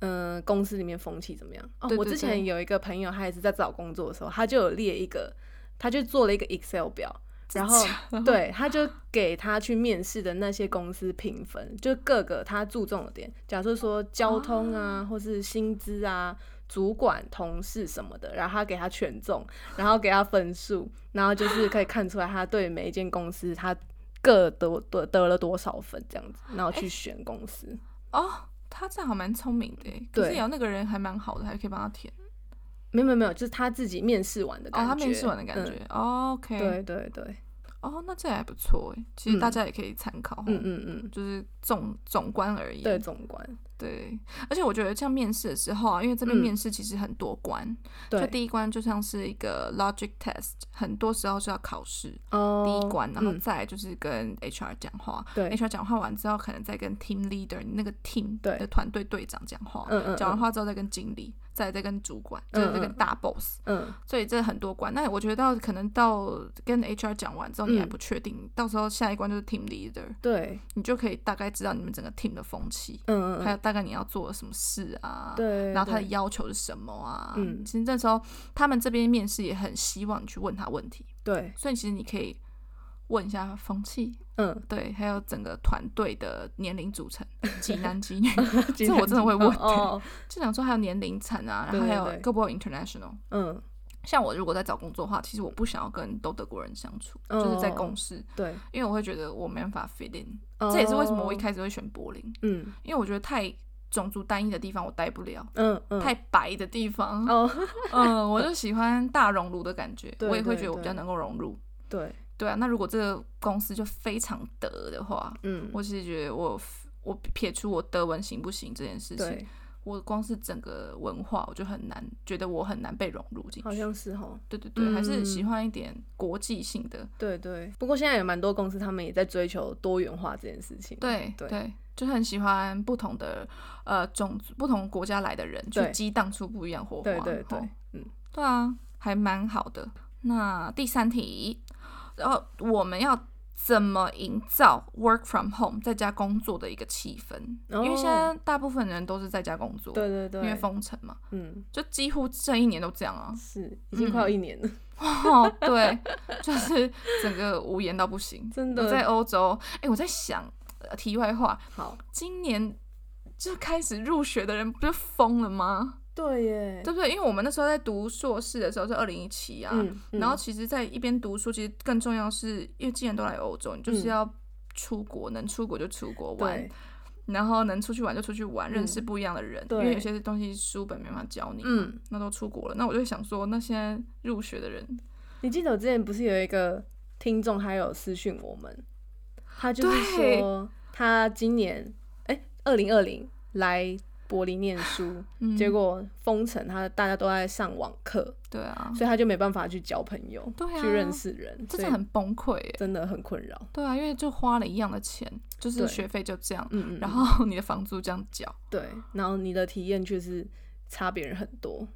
Speaker 2: 嗯、公司里面风气怎么样？哦，
Speaker 1: 对
Speaker 2: 我
Speaker 1: 对
Speaker 2: 之
Speaker 1: 对
Speaker 2: 前有一个朋友，他也是在找工作的时候，他就有列一个，他就做了一个 Excel 表，然后对，他就给他去面试的那些公司评分，就各个他注重的点，假设说
Speaker 1: 哦
Speaker 2: 交通啊，或是薪资啊、主管、同事什么的，然后他给他权重，然后给他分数，然后就是可以看出来他对每一间公司他各得得得了多少分这样子，然后去选公司。
Speaker 1: 哦，他这样还蛮聪明的耶，可
Speaker 2: 对
Speaker 1: 是瑶那个人还蛮好的，还可以帮他填。
Speaker 2: 没有没有没有，就是他自己面试完的
Speaker 1: 哦，
Speaker 2: 感觉，
Speaker 1: 他面试完的感
Speaker 2: 嗯
Speaker 1: 觉、哦、，OK，
Speaker 2: 对对对，
Speaker 1: 哦，那这还不错哎，其实
Speaker 2: 嗯
Speaker 1: 大家也可以参考，
Speaker 2: 嗯，嗯嗯，
Speaker 1: 就是总总观而言，
Speaker 2: 对总管，
Speaker 1: 对而且我觉得像面试的时候啊，因为这边
Speaker 2: 嗯
Speaker 1: 面试其实很多关，就
Speaker 2: 对
Speaker 1: 第一关就像是一个 logic test，很多时候是要考试。
Speaker 2: 哦，
Speaker 1: 第一关，然后
Speaker 2: 嗯
Speaker 1: 再来就是跟 HR 讲话、
Speaker 2: 对
Speaker 1: h r 讲话完之后，可能再跟 team leader 你那个 team
Speaker 2: 对
Speaker 1: 的团队队长讲话，
Speaker 2: 嗯嗯
Speaker 1: 讲完
Speaker 2: 嗯
Speaker 1: 话之后再跟经理，再来再跟主管，再来再
Speaker 2: 嗯
Speaker 1: 跟
Speaker 2: 嗯
Speaker 1: 大 boss，、
Speaker 2: 嗯
Speaker 1: 所以这很多关。那我觉得到可能到跟 HR 讲完之后，你还
Speaker 2: 嗯
Speaker 1: 不确定，到时候下一关就是 team leader，
Speaker 2: 对，
Speaker 1: 你就可以大概知道你们整个 team 的风气，
Speaker 2: 嗯嗯
Speaker 1: 还
Speaker 2: 嗯，
Speaker 1: 有大概你要做什么事啊，
Speaker 2: 对，
Speaker 1: 然后他的
Speaker 2: 对
Speaker 1: 要求是什么啊？
Speaker 2: 嗯
Speaker 1: 其实那时候他们这边面试也很希望你去问他问题，
Speaker 2: 对，
Speaker 1: 所以其实你可以问一下风气，
Speaker 2: 嗯，
Speaker 1: 对，还有整个团队的年龄组成，几男几 女，
Speaker 2: 这
Speaker 1: 我真的会问
Speaker 2: 哦，哦
Speaker 1: 就想说还有年龄层啊，然
Speaker 2: 对
Speaker 1: 后
Speaker 2: 对
Speaker 1: 还有
Speaker 2: 对
Speaker 1: 够不够 international。
Speaker 2: 嗯，
Speaker 1: 像我如果在找工作的话，其实我不想要跟都德国人相处，
Speaker 2: 哦
Speaker 1: 就是在公司，
Speaker 2: 对，
Speaker 1: 因为我会觉得我没办法 fit in。这也是为什么我一
Speaker 2: 哦，
Speaker 1: 开始会选柏林，
Speaker 2: 嗯
Speaker 1: 因为我觉得太种族单一的地方我待不了，
Speaker 2: 嗯嗯，
Speaker 1: 太白的地方，
Speaker 2: 哦，
Speaker 1: 嗯，我就喜欢大熔炉的感觉，
Speaker 2: 对
Speaker 1: 我也会
Speaker 2: 对
Speaker 1: 觉得我比较
Speaker 2: 对
Speaker 1: 能够融入。
Speaker 2: 对，
Speaker 1: 对啊，那如果这个公司就非常德的话，
Speaker 2: 嗯，
Speaker 1: 我其实觉得我我撇除我德文行不行这件事情，
Speaker 2: 对，
Speaker 1: 我光是整个文化我就很难，觉得我很难被融入进
Speaker 2: 好
Speaker 1: 去。
Speaker 2: 像是哈，
Speaker 1: 对对对，还是喜
Speaker 2: 嗯
Speaker 1: 欢一点国际性的。
Speaker 2: 对对。不过现在有蛮多公司，他们也在追求多元化这件事情。
Speaker 1: 对
Speaker 2: 嗯对
Speaker 1: 就是很喜欢不同的呃种族、不同国家来的人，去
Speaker 2: 对
Speaker 1: 激荡出不一样火花。
Speaker 2: 对对
Speaker 1: 吼
Speaker 2: 对，嗯，
Speaker 1: 对啊，还蛮好的。那第三题，然后我们要怎么营造 work from home 在家工作的一个气氛？因为现在大部分人都是在家工作，
Speaker 2: 哦对对
Speaker 1: 因为
Speaker 2: 对，
Speaker 1: 封城嘛，
Speaker 2: 嗯，。
Speaker 1: 就几乎这一年都这样啊
Speaker 2: 是已经快要一年了，
Speaker 1: 哦，对，就是整个无言到不行。
Speaker 2: 真的
Speaker 1: 我在欧洲，哎、我在想，呃题外话，
Speaker 2: 好，
Speaker 1: 今年就开始入学的人不是疯了吗？
Speaker 2: 对耶，
Speaker 1: 对不对？因为我们那时候在读硕士的时候是二零一七啊，
Speaker 2: 嗯，嗯
Speaker 1: 然后其实，在一边读书，其实更重要是，因为既然都来欧洲，你就是
Speaker 2: 嗯
Speaker 1: 要出国，能出国就出国玩
Speaker 2: 对，
Speaker 1: 然后能出去玩就出去玩，认
Speaker 2: 嗯
Speaker 1: 识不一样的人。因
Speaker 2: 对
Speaker 1: 为有些东西书本没办法教你，
Speaker 2: 嗯，
Speaker 1: 那都出国了。那我就想说，那现在入学的人，
Speaker 2: 你记得我之前不是有一个听众还有私讯我们，他就是
Speaker 1: 对
Speaker 2: 说他今年哎二零二零来柏林念书，
Speaker 1: 嗯，
Speaker 2: 结果封城，他大家都在上网课，
Speaker 1: 对啊，
Speaker 2: 所以他就没办法去交朋友，
Speaker 1: 对啊
Speaker 2: 去认识人，
Speaker 1: 真
Speaker 2: 所以
Speaker 1: 的很崩溃耶。
Speaker 2: 真的很困扰。
Speaker 1: 对啊，因为就花了一样的钱，就是
Speaker 2: 对
Speaker 1: 学费就这样，
Speaker 2: 嗯嗯，
Speaker 1: 然
Speaker 2: 嗯
Speaker 1: 后你的房租这样缴，
Speaker 2: 对，然后你的体验却是差别人很多。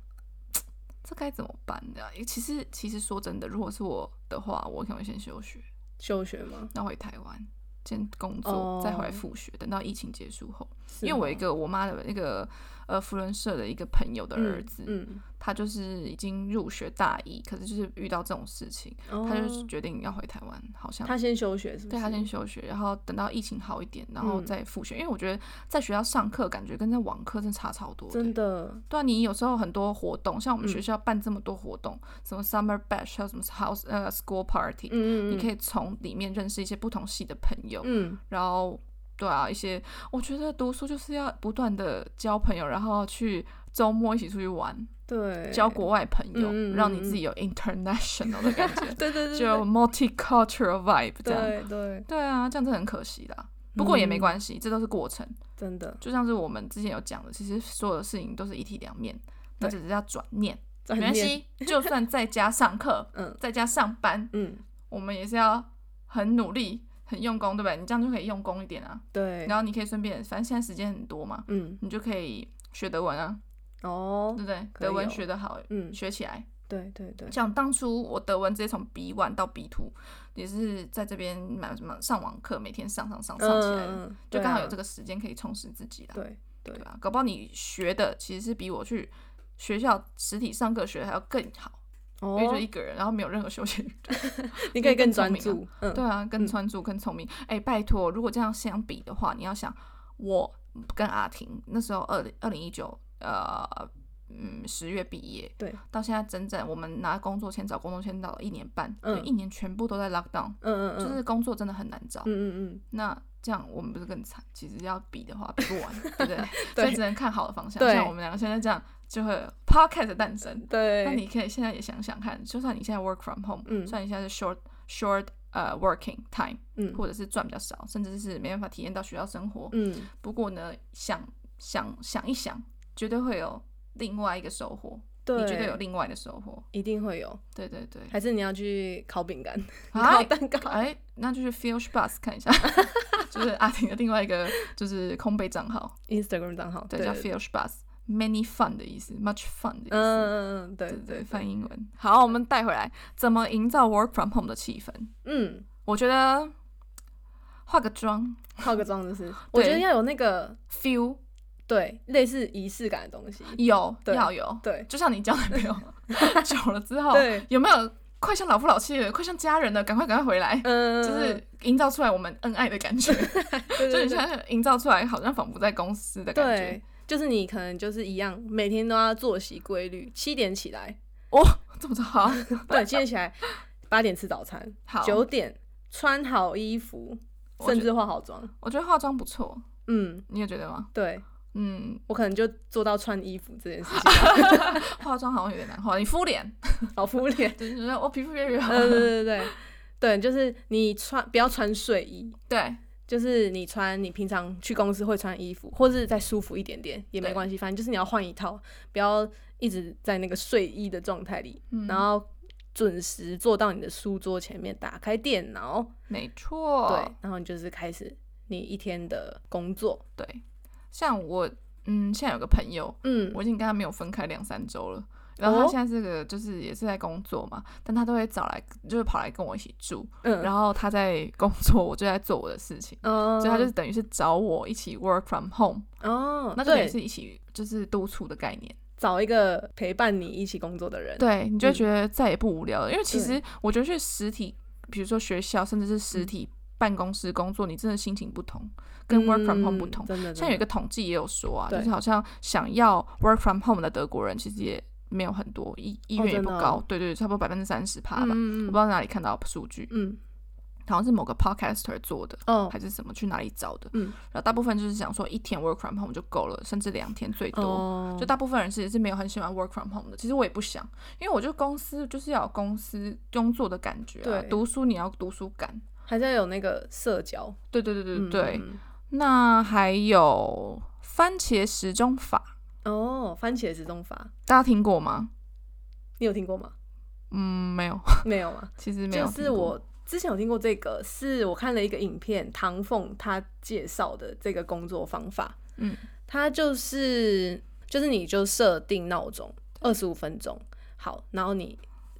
Speaker 1: 这该怎么办呢？其实，其实说真的，如果是我的话，我可能会先休学，
Speaker 2: 休学吗？
Speaker 1: 然后回台湾先工作
Speaker 2: 哦
Speaker 1: 再回来复学，等到疫情结束后，
Speaker 2: 是哦
Speaker 1: 因为我有
Speaker 2: 吗
Speaker 1: 一个我妈的那个呃福伦社的一个朋友的儿子，
Speaker 2: 嗯，
Speaker 1: 他就是已经入学大一，可是就是遇到这种事情，
Speaker 2: 嗯
Speaker 1: 他就是
Speaker 2: 哦
Speaker 1: 决定要回台湾，好像
Speaker 2: 他先休学是不是？
Speaker 1: 对他先休学，然后等到疫情好一点，然后
Speaker 2: 嗯
Speaker 1: 再复学。因为我觉得在学校上课感觉跟在网课真的差超多的欸。
Speaker 2: 真的，
Speaker 1: 对啊，你有时候很多活动，像我们学
Speaker 2: 嗯
Speaker 1: 校办这么多活动，什么 summer bash，还有什么 house 呃 school party，、
Speaker 2: 嗯嗯，
Speaker 1: 你可
Speaker 2: 以，
Speaker 1: 以从里面认识一些不同系的朋友，
Speaker 2: 嗯，
Speaker 1: 然后对啊，一些我觉得读书就是要不断的交朋友，然后去周末一起出去玩，
Speaker 2: 对，
Speaker 1: 交国外朋友，
Speaker 2: 嗯嗯嗯，
Speaker 1: 让你自己有 international 的感觉
Speaker 2: 对，对对对，
Speaker 1: 就 multicultural vibe 这样。
Speaker 2: 对对，
Speaker 1: 对啊，这样真的很可惜啦。不过也没
Speaker 2: 嗯
Speaker 1: 关系，这都是过程。
Speaker 2: 真的，
Speaker 1: 就像是我们之前有讲的，其实所有的事情都是一体两面，那
Speaker 2: 对
Speaker 1: 只是要转念。
Speaker 2: 转
Speaker 1: 没关
Speaker 2: 念，
Speaker 1: 系， 就算在家上课，
Speaker 2: 嗯
Speaker 1: 在家上班，
Speaker 2: 嗯，
Speaker 1: 我们也是要很努力、很用功，对不对？你这样就可以用功一点啊。
Speaker 2: 对，
Speaker 1: 然后你可以顺便，反正现在时间很多嘛，
Speaker 2: 嗯，
Speaker 1: 你就可以学德文啊，
Speaker 2: 哦
Speaker 1: 对，不对？
Speaker 2: 可以
Speaker 1: 德文
Speaker 2: 哦
Speaker 1: 学得好，
Speaker 2: 嗯，
Speaker 1: 学起来。
Speaker 2: 对对对，
Speaker 1: 像当初我德文直接从 B one 到 B two，也是在这边买什么上网课，每天上上上上起来的，
Speaker 2: 嗯，
Speaker 1: 就刚好有这
Speaker 2: 个，
Speaker 1: 个时间可以充实自己啦。
Speaker 2: 对对
Speaker 1: 对，啊，搞不好你学的其实是比我去学校实体上课学的还要更好，因为就
Speaker 2: 哦
Speaker 1: 一，个人，然后没有任何休闲娱乐。
Speaker 2: 你可以更
Speaker 1: 更聪
Speaker 2: 专
Speaker 1: 明啊
Speaker 2: 注， 嗯，
Speaker 1: 对啊，更
Speaker 2: 嗯
Speaker 1: 专注、更聪明。哎、拜托，如果这样相比的话，你要想我跟阿婷那时候二零二零一九呃。嗯，十月毕业，
Speaker 2: 对，
Speaker 1: 到现在整整我们拿工作签找工作签找了一年半，
Speaker 2: 嗯
Speaker 1: 就一年全部都在 lock down，、
Speaker 2: 嗯嗯嗯，
Speaker 1: 就是工作真的很难找。
Speaker 2: 嗯嗯嗯，
Speaker 1: 那这样我们不是更惨？其实要比的话，比不 完，对不对？所
Speaker 2: 对
Speaker 1: 以只能看好的方向。
Speaker 2: 对
Speaker 1: 像我们两个现在这样，就会有 podcast 的诞生。
Speaker 2: 对，
Speaker 1: 那你可以现在也想想看，就算你现在 work from home，、
Speaker 2: 嗯
Speaker 1: 算你现在是 short short 呃、working time，
Speaker 2: 嗯
Speaker 1: 或者是赚比较少，甚至是没办法体验到学校生活。
Speaker 2: 嗯，
Speaker 1: 不过呢，想想想一想，绝对会有另外一个收获。
Speaker 2: 对，
Speaker 1: 你绝对有另外的收获。
Speaker 2: 一定会有，
Speaker 1: 对对对。
Speaker 2: 还是你要去烤饼干、烤
Speaker 1: 哎
Speaker 2: 蛋 糕？
Speaker 1: 哎，那就是 Feel Bus 看 一下，就是阿婷的另外一个就是空杯账号。
Speaker 2: Instagram 账号，
Speaker 1: 对，
Speaker 2: 对
Speaker 1: 叫
Speaker 2: 对
Speaker 1: Field Bus，many fun 的意思，much fun 的意思。
Speaker 2: 嗯嗯嗯，对
Speaker 1: 对
Speaker 2: 对
Speaker 1: 对，
Speaker 2: 对，
Speaker 1: 翻英文。好，我们带回来，怎么营造 work from home 的气氛？
Speaker 2: 嗯，
Speaker 1: 我觉得化个妆
Speaker 2: 化个妆 就是，我觉得要有那个
Speaker 1: ，feel
Speaker 2: 对类似仪式感的东西，
Speaker 1: 有
Speaker 2: 对
Speaker 1: 要有，
Speaker 2: 对
Speaker 1: 就像你交男朋 友久了之后，
Speaker 2: 对，
Speaker 1: 有没有快像老夫老妻了，快像家人了，赶快赶快回来，
Speaker 2: 嗯，
Speaker 1: 就是营造出来我们恩爱的感觉，
Speaker 2: 对
Speaker 1: 就
Speaker 2: 对
Speaker 1: 你
Speaker 2: 对
Speaker 1: 现在营造出来好像仿佛在公司的感觉
Speaker 2: 对。，就是你可能就是一样，每天都要作息规律，七点起来，
Speaker 1: 哦，这么着好，
Speaker 2: 对，七点 起来，八点吃早餐，
Speaker 1: 好，
Speaker 2: 九点穿好衣服，
Speaker 1: 我
Speaker 2: 甚
Speaker 1: 觉
Speaker 2: 至化好妆，
Speaker 1: 我觉得化妆不错，
Speaker 2: 嗯，
Speaker 1: 你也觉得吗？
Speaker 2: 对
Speaker 1: 嗯，
Speaker 2: 我可能就做到穿衣服这件事情，
Speaker 1: 化妆好像有点难化，你敷脸，
Speaker 2: 好敷脸，
Speaker 1: 就是觉得我皮肤越来越好。
Speaker 2: 嗯，对对对对，对，就是你穿不要穿睡衣，
Speaker 1: 对
Speaker 2: 就是你穿你平常去公司会穿衣服，或是再舒服一点点也没
Speaker 1: 对
Speaker 2: 关系，反正就是你要换一套，不要一直在那个睡衣的状态里，
Speaker 1: 嗯
Speaker 2: 然后准时坐到你的书桌前面，打开电脑，
Speaker 1: 没错，
Speaker 2: 对，然后你就是开始你一天的工作，
Speaker 1: 对像我，嗯，现在有个朋友，
Speaker 2: 嗯，
Speaker 1: 我已经跟他没有分开两三周了。然后
Speaker 2: 哦
Speaker 1: 他现在这个就是也是在工作嘛，但他都会找来，就是跑来跟我一起住。
Speaker 2: 嗯，
Speaker 1: 然后他在工作，我就在做我的事情，
Speaker 2: 嗯，
Speaker 1: 所以他就是等于是找我一起 work from home，
Speaker 2: 哦，
Speaker 1: 那就等于
Speaker 2: 对，嗯
Speaker 1: 是一起就是督促的概念。
Speaker 2: 找一个陪伴你一起工作的人，
Speaker 1: 对你就会
Speaker 2: 嗯
Speaker 1: 觉得再也不无聊了。因为其
Speaker 2: 对嗯
Speaker 1: 实我觉得去实体，比如说学校，甚至是实体办公室工作，你真的心情不同，跟 work from home 不
Speaker 2: 嗯
Speaker 1: 同。
Speaker 2: 真的，
Speaker 1: 像有一
Speaker 2: 真的
Speaker 1: 个统计也有说啊，就
Speaker 2: 对
Speaker 1: 是好像想要 work from home 的德国人其实也没有很多，意意愿也
Speaker 2: 真
Speaker 1: 不
Speaker 2: 的哦
Speaker 1: 高，对对，对差不多百分之三十趴吧。我不
Speaker 2: 嗯嗯
Speaker 1: 知道哪里看到的数据，
Speaker 2: 嗯，
Speaker 1: 好像是某个 podcaster 做的，
Speaker 2: 哦
Speaker 1: 还是什么去哪里找的。
Speaker 2: 嗯
Speaker 1: 然后大部分就是想说一天 work from home 就够了，甚至两天最多。
Speaker 2: 哦，
Speaker 1: 就大部分人其实是没有很喜欢 work from home 的。其实我也不想，因为我觉得公司就是要有公司工作的感觉、啊，
Speaker 2: 对
Speaker 1: 读书你要读书感。
Speaker 2: 还是要有那个社交，
Speaker 1: 对对对对对
Speaker 2: 嗯
Speaker 1: 对。
Speaker 2: 嗯
Speaker 1: 那还有番茄时钟法，
Speaker 2: 嗯哦，番茄时钟法，
Speaker 1: 大家听过吗？
Speaker 2: 你有听 过吗？
Speaker 1: 嗯，没有，
Speaker 2: 没有吗？
Speaker 1: 其实没有
Speaker 2: 就
Speaker 1: 听过。
Speaker 2: 是我之前有听过这个，是我看了一个影片，唐凤她介绍的这个工作方法。
Speaker 1: 嗯，
Speaker 2: 它就是就是你就设定闹钟二十五分钟，好，然后你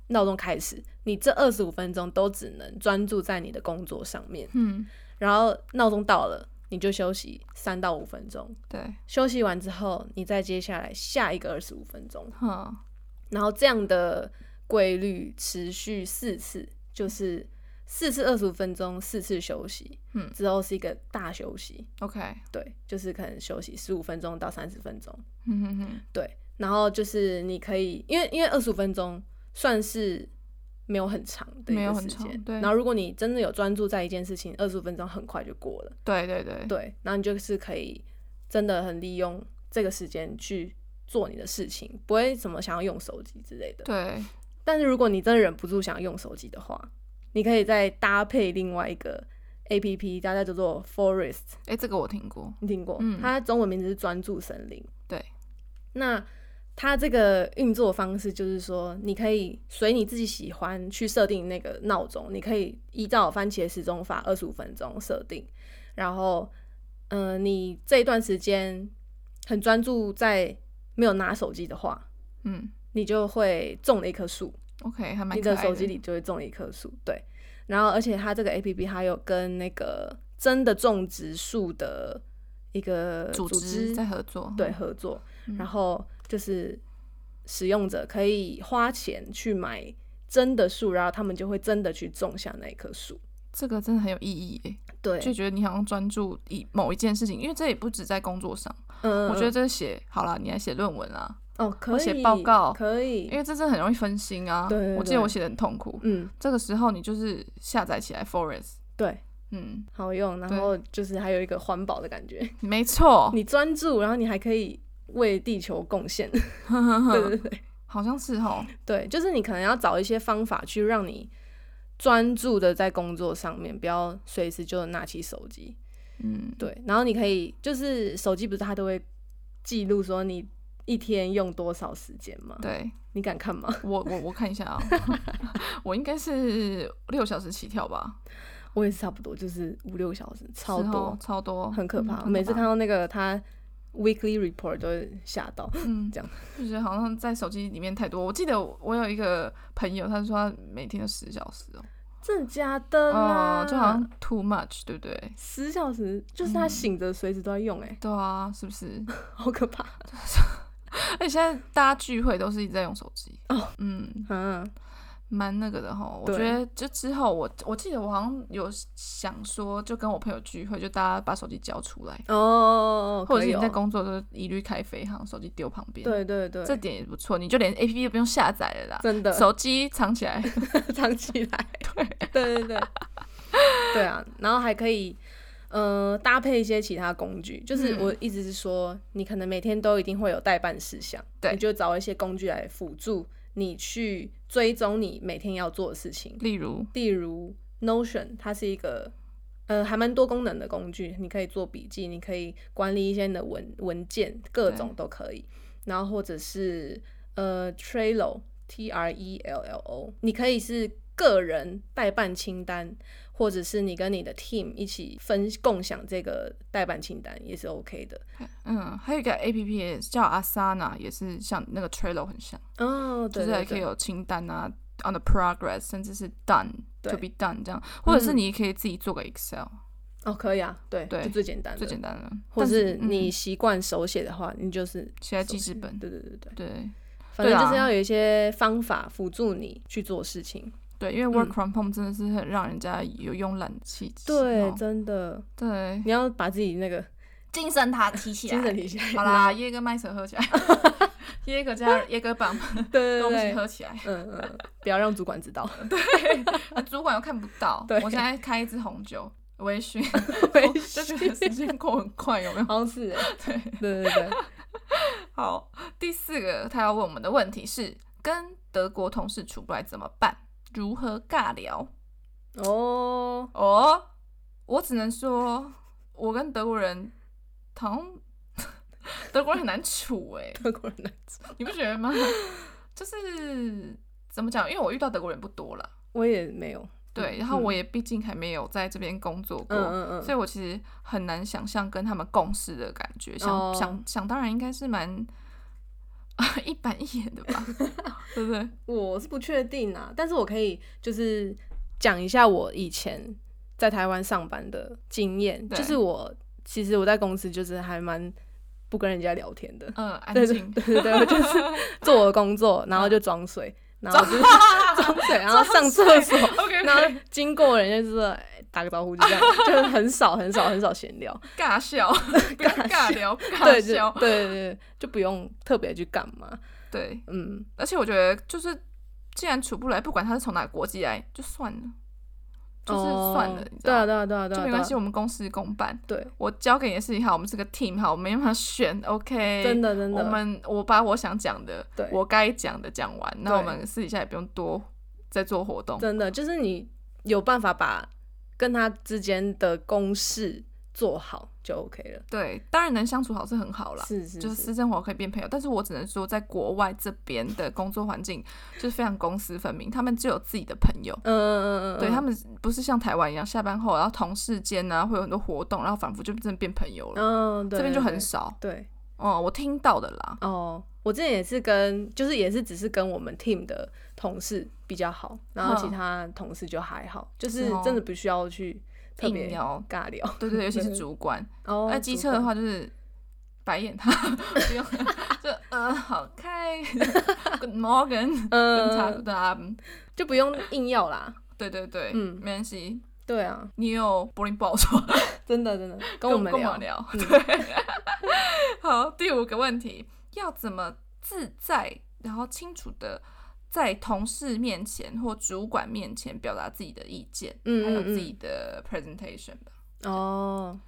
Speaker 2: 闹钟开始，你这二十五分钟都只能专注在你的工作上面，
Speaker 1: 嗯
Speaker 2: 然后闹钟到了，你就休息三到五分钟，
Speaker 1: 对，
Speaker 2: 休息完之后，你再接下来下一个二十五分钟，
Speaker 1: 嗯，
Speaker 2: 然后这样的规律持续四次，就是四次二十五分钟，四次休息，
Speaker 1: 嗯
Speaker 2: 之后是一个大休息，
Speaker 1: OK，
Speaker 2: 对，就是可能休息十五分钟到三十分钟，
Speaker 1: 嗯哼哼，
Speaker 2: 对，然后就是你可以，因为因为二十五分钟算是没有很长的
Speaker 1: 没
Speaker 2: 一
Speaker 1: 有
Speaker 2: 个
Speaker 1: 很
Speaker 2: 时间
Speaker 1: 长，对
Speaker 2: 然后如果你真的有专注在一件事情，二十五分钟很快就过了，
Speaker 1: 对对对，
Speaker 2: 对，然后你就是可以真的很利用这个时间去做你的事情，不会什么想要用手机之类的。
Speaker 1: 对
Speaker 2: 但是如果你真的忍不住想要用手机的话，你可以再搭配另外一个 A P P，大家叫做 Forest，
Speaker 1: 哎，这个我听过，
Speaker 2: 你听过？
Speaker 1: 嗯
Speaker 2: 它中文名字是专注森林。
Speaker 1: 对，
Speaker 2: 那它这个运作方式就是说，你可以随你自己喜欢去设定那个闹钟，你可以依照番茄时钟法二十五分钟设定，然后，嗯、你这一段时间很专注在没有拿手机的话，
Speaker 1: 嗯
Speaker 2: 你就会种了一棵树。
Speaker 1: ，OK，还蛮
Speaker 2: 你
Speaker 1: 可爱
Speaker 2: 的手机里就会种一棵树，对。然后，而且它这个 A P P 它有跟那个真的种植树的一个
Speaker 1: 组织
Speaker 2: 织
Speaker 1: 在合作，
Speaker 2: 对合作，
Speaker 1: 嗯
Speaker 2: 然后就是使用者可以花钱去买真的树，然后他们就会真的去种下那一棵树。
Speaker 1: 这个真的很有意义耶，
Speaker 2: 对，
Speaker 1: 就觉得你好像专注以某一件事情，因为这也不止在工作上，
Speaker 2: 嗯，
Speaker 1: 我觉得这写好了，你来写论文啊，
Speaker 2: 哦，可以
Speaker 1: 写报告
Speaker 2: 可
Speaker 1: 因
Speaker 2: 以，
Speaker 1: 为这真的很容易分心啊。
Speaker 2: 对对
Speaker 1: 我记
Speaker 2: 对
Speaker 1: 得我写的很痛苦，
Speaker 2: 嗯，
Speaker 1: 这个时候你就是下载起来 Forest，
Speaker 2: 对，
Speaker 1: 嗯，
Speaker 2: 好用。然
Speaker 1: 对哦
Speaker 2: 后就是还有一个环保的感觉，
Speaker 1: 没错，
Speaker 2: 你专注，然后你还可以为地球 贡献。对对对。
Speaker 1: 好像是哦，
Speaker 2: 对，就是你可能要找一些方法去让你专注的在工作上面，不要随时就拿起手机。
Speaker 1: 嗯，
Speaker 2: 对，然后你可以就是手机不是它都会记录说你一天用多少时间吗？
Speaker 1: 对
Speaker 2: 你敢看吗？
Speaker 1: 我我我看一下啊、我应该是六小时起跳吧，
Speaker 2: 我也是差不多，就是五六小时，超
Speaker 1: 是
Speaker 2: 多
Speaker 1: 哦，超多，
Speaker 2: 很可怕。
Speaker 1: 嗯
Speaker 2: 我每次看，到那个它 weekly report 都会吓到。
Speaker 1: 嗯，
Speaker 2: 这样
Speaker 1: 就是好像在手机里面太多。我记得我我有一个朋友，他说他每天都十小时哦，
Speaker 2: 真的假的啦？
Speaker 1: 哦，就好像嗯 too much，对不对？
Speaker 2: 十小时，就是他醒着随时都在用、欸，哎、
Speaker 1: 对啊，是不是？
Speaker 2: 好可怕。
Speaker 1: 而且现在大家聚会都是一直在用手机，
Speaker 2: 哦，
Speaker 1: 嗯，
Speaker 2: 嗯，
Speaker 1: 蛮那个的哈。我
Speaker 2: 对
Speaker 1: 觉得就之后我我记得我好像有想说，就跟我朋友聚会，就大家把手机交出来，
Speaker 2: 哦，
Speaker 1: 或者
Speaker 2: 可
Speaker 1: 是
Speaker 2: 以
Speaker 1: 你在
Speaker 2: 哦
Speaker 1: 工作的时候一律开飞行，手机丢旁边，，
Speaker 2: 对对对，
Speaker 1: 这点也不错，你就连 A P P 都不用下载了啦。
Speaker 2: 真的
Speaker 1: 手机藏起来，
Speaker 2: 藏起来。 对对对对啊，然后还可以呃搭配一些其他工具，就是
Speaker 1: 嗯
Speaker 2: 我一直是说，你可能每天都一定会有代办事项，
Speaker 1: 对
Speaker 2: 你就找一些工具来辅助你去追踪你每天要做的事情，
Speaker 1: 例如，
Speaker 2: 例如 Notion，它是一个。呃，还蛮多功能的工具，你可以做笔记，你可以管理一些你的文文件，各种都可以。然后或者是呃 Trello T R E L L O，你可以是个人代办清单，或者是你跟你的 team 一起分共享这个代办清单也是 OK 的。
Speaker 1: 嗯，还有一个 A P P 也叫 Asana，也是像那个 Trello 很像，
Speaker 2: 哦，对
Speaker 1: 就是
Speaker 2: 对
Speaker 1: 还可以
Speaker 2: 对，
Speaker 1: 有清单啊，on the progress，甚至是 done
Speaker 2: 对嗯
Speaker 1: to be done 这样，或者是你也可以自己做个 Excel，、
Speaker 2: 哦，可以啊，对，
Speaker 1: 对
Speaker 2: 就最简单的，
Speaker 1: 最简单的，
Speaker 2: 或
Speaker 1: 但
Speaker 2: 是
Speaker 1: 嗯
Speaker 2: 你习惯手写的话，你就是
Speaker 1: 写在记事本，
Speaker 2: 对对对对，
Speaker 1: 对
Speaker 2: 反
Speaker 1: 对
Speaker 2: 正
Speaker 1: 啊
Speaker 2: 就是要有一些方法辅助你去做事情。
Speaker 1: 对，
Speaker 2: 嗯
Speaker 1: 因为 work from home 真的是很让人家有慵懒的气质
Speaker 2: 对，
Speaker 1: 哦，
Speaker 2: 真的，
Speaker 1: 对，
Speaker 2: 你要把自己 那个
Speaker 1: 精神塔提起
Speaker 2: 精神提 起来。
Speaker 1: 好啦，椰哥麦扯喝起 来， 椰哥加椰哥棒，跟
Speaker 2: 对对
Speaker 1: 我们一起
Speaker 2: 对对，
Speaker 1: 喝起来。啊
Speaker 2: 嗯嗯，嗯不要让主管 知道。
Speaker 1: 主管又看不到，
Speaker 2: 对
Speaker 1: 我现在开一支红酒微醺，
Speaker 2: 微
Speaker 1: 我 就觉得时间过很快，有没有？
Speaker 2: 好像是欸，
Speaker 1: 对，
Speaker 2: 对对对，
Speaker 1: 好，第四个他要问我们的问题是：跟德国同事处不来怎么办？如何尬聊？
Speaker 2: 哦，
Speaker 1: 哦，我只能说，我跟德国人好像 德国人很难处哎、
Speaker 2: 德国人难吃。
Speaker 1: 你不觉得吗？就是怎么讲？因为我遇到德国人不多了，
Speaker 2: 我也没有。
Speaker 1: 对，
Speaker 2: 嗯
Speaker 1: 然后我也毕竟还没有在这边工作过，
Speaker 2: 嗯嗯嗯，
Speaker 1: 所以我其实很难想象跟他们共事的感觉。想、
Speaker 2: 哦
Speaker 1: 想想当然应该是蛮 一板一眼的 吧，对不对？
Speaker 2: 我是不确定啊，但是我可以就是讲一下我以前在台湾上班的经验，
Speaker 1: 对
Speaker 2: 就是我其实我在公司就是还蛮不跟人家聊天的，
Speaker 1: 嗯，安
Speaker 2: 对对
Speaker 1: 静，
Speaker 2: 对 对，我就是做我的工作，然后就装 睡，然后就是装睡，然后上厕所，
Speaker 1: OK，
Speaker 2: 然后经过人就是哎打个招呼，就这样，就是很少很少很少闲 聊，
Speaker 1: 尬 笑，不要尬聊，尬
Speaker 2: 对就
Speaker 1: 笑，
Speaker 2: 对对对，就不用特别去干嘛，
Speaker 1: 对，
Speaker 2: 嗯，
Speaker 1: 而且我觉得就是，既然处不来，不管他是从哪个国籍来，就算了，就是
Speaker 2: 哦
Speaker 1: 算了，你知
Speaker 2: 对
Speaker 1: 道
Speaker 2: 啊
Speaker 1: 吗
Speaker 2: 对啊对啊对
Speaker 1: 就
Speaker 2: 啊，
Speaker 1: 没关系，
Speaker 2: 对啊
Speaker 1: 我们公事公办。
Speaker 2: 对，啊
Speaker 1: 我交给你的事情好，我们是个 team 好，我没办法选，OK，
Speaker 2: 真的真的，
Speaker 1: 我们我把我想讲的
Speaker 2: 对，
Speaker 1: 我该讲的讲完，那
Speaker 2: 对
Speaker 1: 我们私底下也不用多再做活动。
Speaker 2: 真的就是你有办法把跟他之间的公事做好就 OK 了，
Speaker 1: 对，当然能相处好是很好啦，
Speaker 2: 是是
Speaker 1: 就是私生活可以变朋友，但是我只能说，在国外这边的工作环境就是非常公私分明，他们只有自己的朋友，
Speaker 2: 嗯嗯嗯嗯，
Speaker 1: 对他们不是像台湾一样，下班后然后同事间呢、会有很多活动，然后反复就真的变朋友了，
Speaker 2: 嗯，对
Speaker 1: 这边就
Speaker 2: 对
Speaker 1: 很
Speaker 2: 对
Speaker 1: 少。
Speaker 2: 对。
Speaker 1: 哦、我听到的啦，
Speaker 2: 哦，我之前也是跟，就是也是只是跟我们 team 的同事比较好，然后其
Speaker 1: 嗯
Speaker 2: 他同事就还好，就是是
Speaker 1: 哦
Speaker 2: 真的不需要去特别
Speaker 1: 硬要
Speaker 2: 尬 聊。
Speaker 1: 对对对，尤 其是主管，
Speaker 2: 哦，
Speaker 1: 那机
Speaker 2: 主
Speaker 1: 车的
Speaker 2: 管，
Speaker 1: 话就是白眼他， 不用，就呃好开 ，Good morning，跟他
Speaker 2: 嗯，
Speaker 1: Good a
Speaker 2: 就不用硬要啦。
Speaker 1: 对对对，
Speaker 2: 嗯
Speaker 1: 没关系，
Speaker 2: 对啊，
Speaker 1: 你有柏林不好 说，
Speaker 2: 真的真的，跟我们
Speaker 1: 跟我
Speaker 2: 聊。
Speaker 1: 聊。
Speaker 2: 嗯
Speaker 1: 对， 好，第五个问题，要怎么自在，然后清楚的在同事面前或主管面前表达自己的意见，
Speaker 2: 嗯
Speaker 1: 还有
Speaker 2: 嗯
Speaker 1: 自
Speaker 2: 嗯
Speaker 1: 己的 presentation 吧。
Speaker 2: 哦，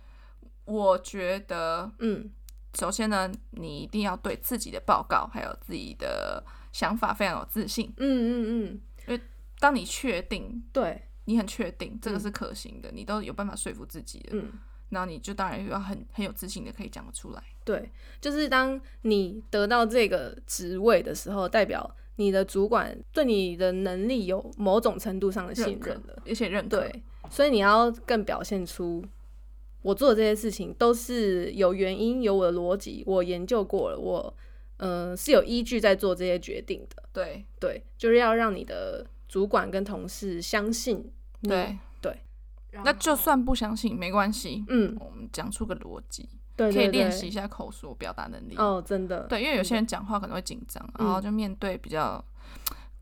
Speaker 1: 我觉得，
Speaker 2: 嗯
Speaker 1: 首先呢，你一定要对自己的报告还有自己的想法非常有自信。
Speaker 2: 嗯嗯嗯，
Speaker 1: 当你确定，
Speaker 2: 对，
Speaker 1: 你很确定这个
Speaker 2: 嗯
Speaker 1: 是可行的，你都有办法说服自己的，
Speaker 2: 嗯。
Speaker 1: 然后你就当然要很很有自信的可以讲得出来。
Speaker 2: 对，就是当你得到这个职位的时候，代表你的主管对你的能力有某种程度上的信
Speaker 1: 可
Speaker 2: 任了。
Speaker 1: 而且认可。
Speaker 2: 对，所以你要更表现出我做的这些事情都是有原因、有我的逻辑，我研究过了，我嗯、呃是有依据在做这些决定的。
Speaker 1: 对
Speaker 2: 对，就是要让你的主管跟同事相信你。
Speaker 1: 对，
Speaker 2: 然后
Speaker 1: 那就算不相信没关系，
Speaker 2: 嗯，
Speaker 1: 我们讲出个逻辑，
Speaker 2: 对
Speaker 1: 可
Speaker 2: 对
Speaker 1: 以
Speaker 2: 对
Speaker 1: 练习一下口说表达能力。
Speaker 2: 哦，真的，
Speaker 1: 对，因为有些
Speaker 2: 真的
Speaker 1: 人讲话可能会紧张，啊
Speaker 2: 嗯
Speaker 1: 然后就面对比较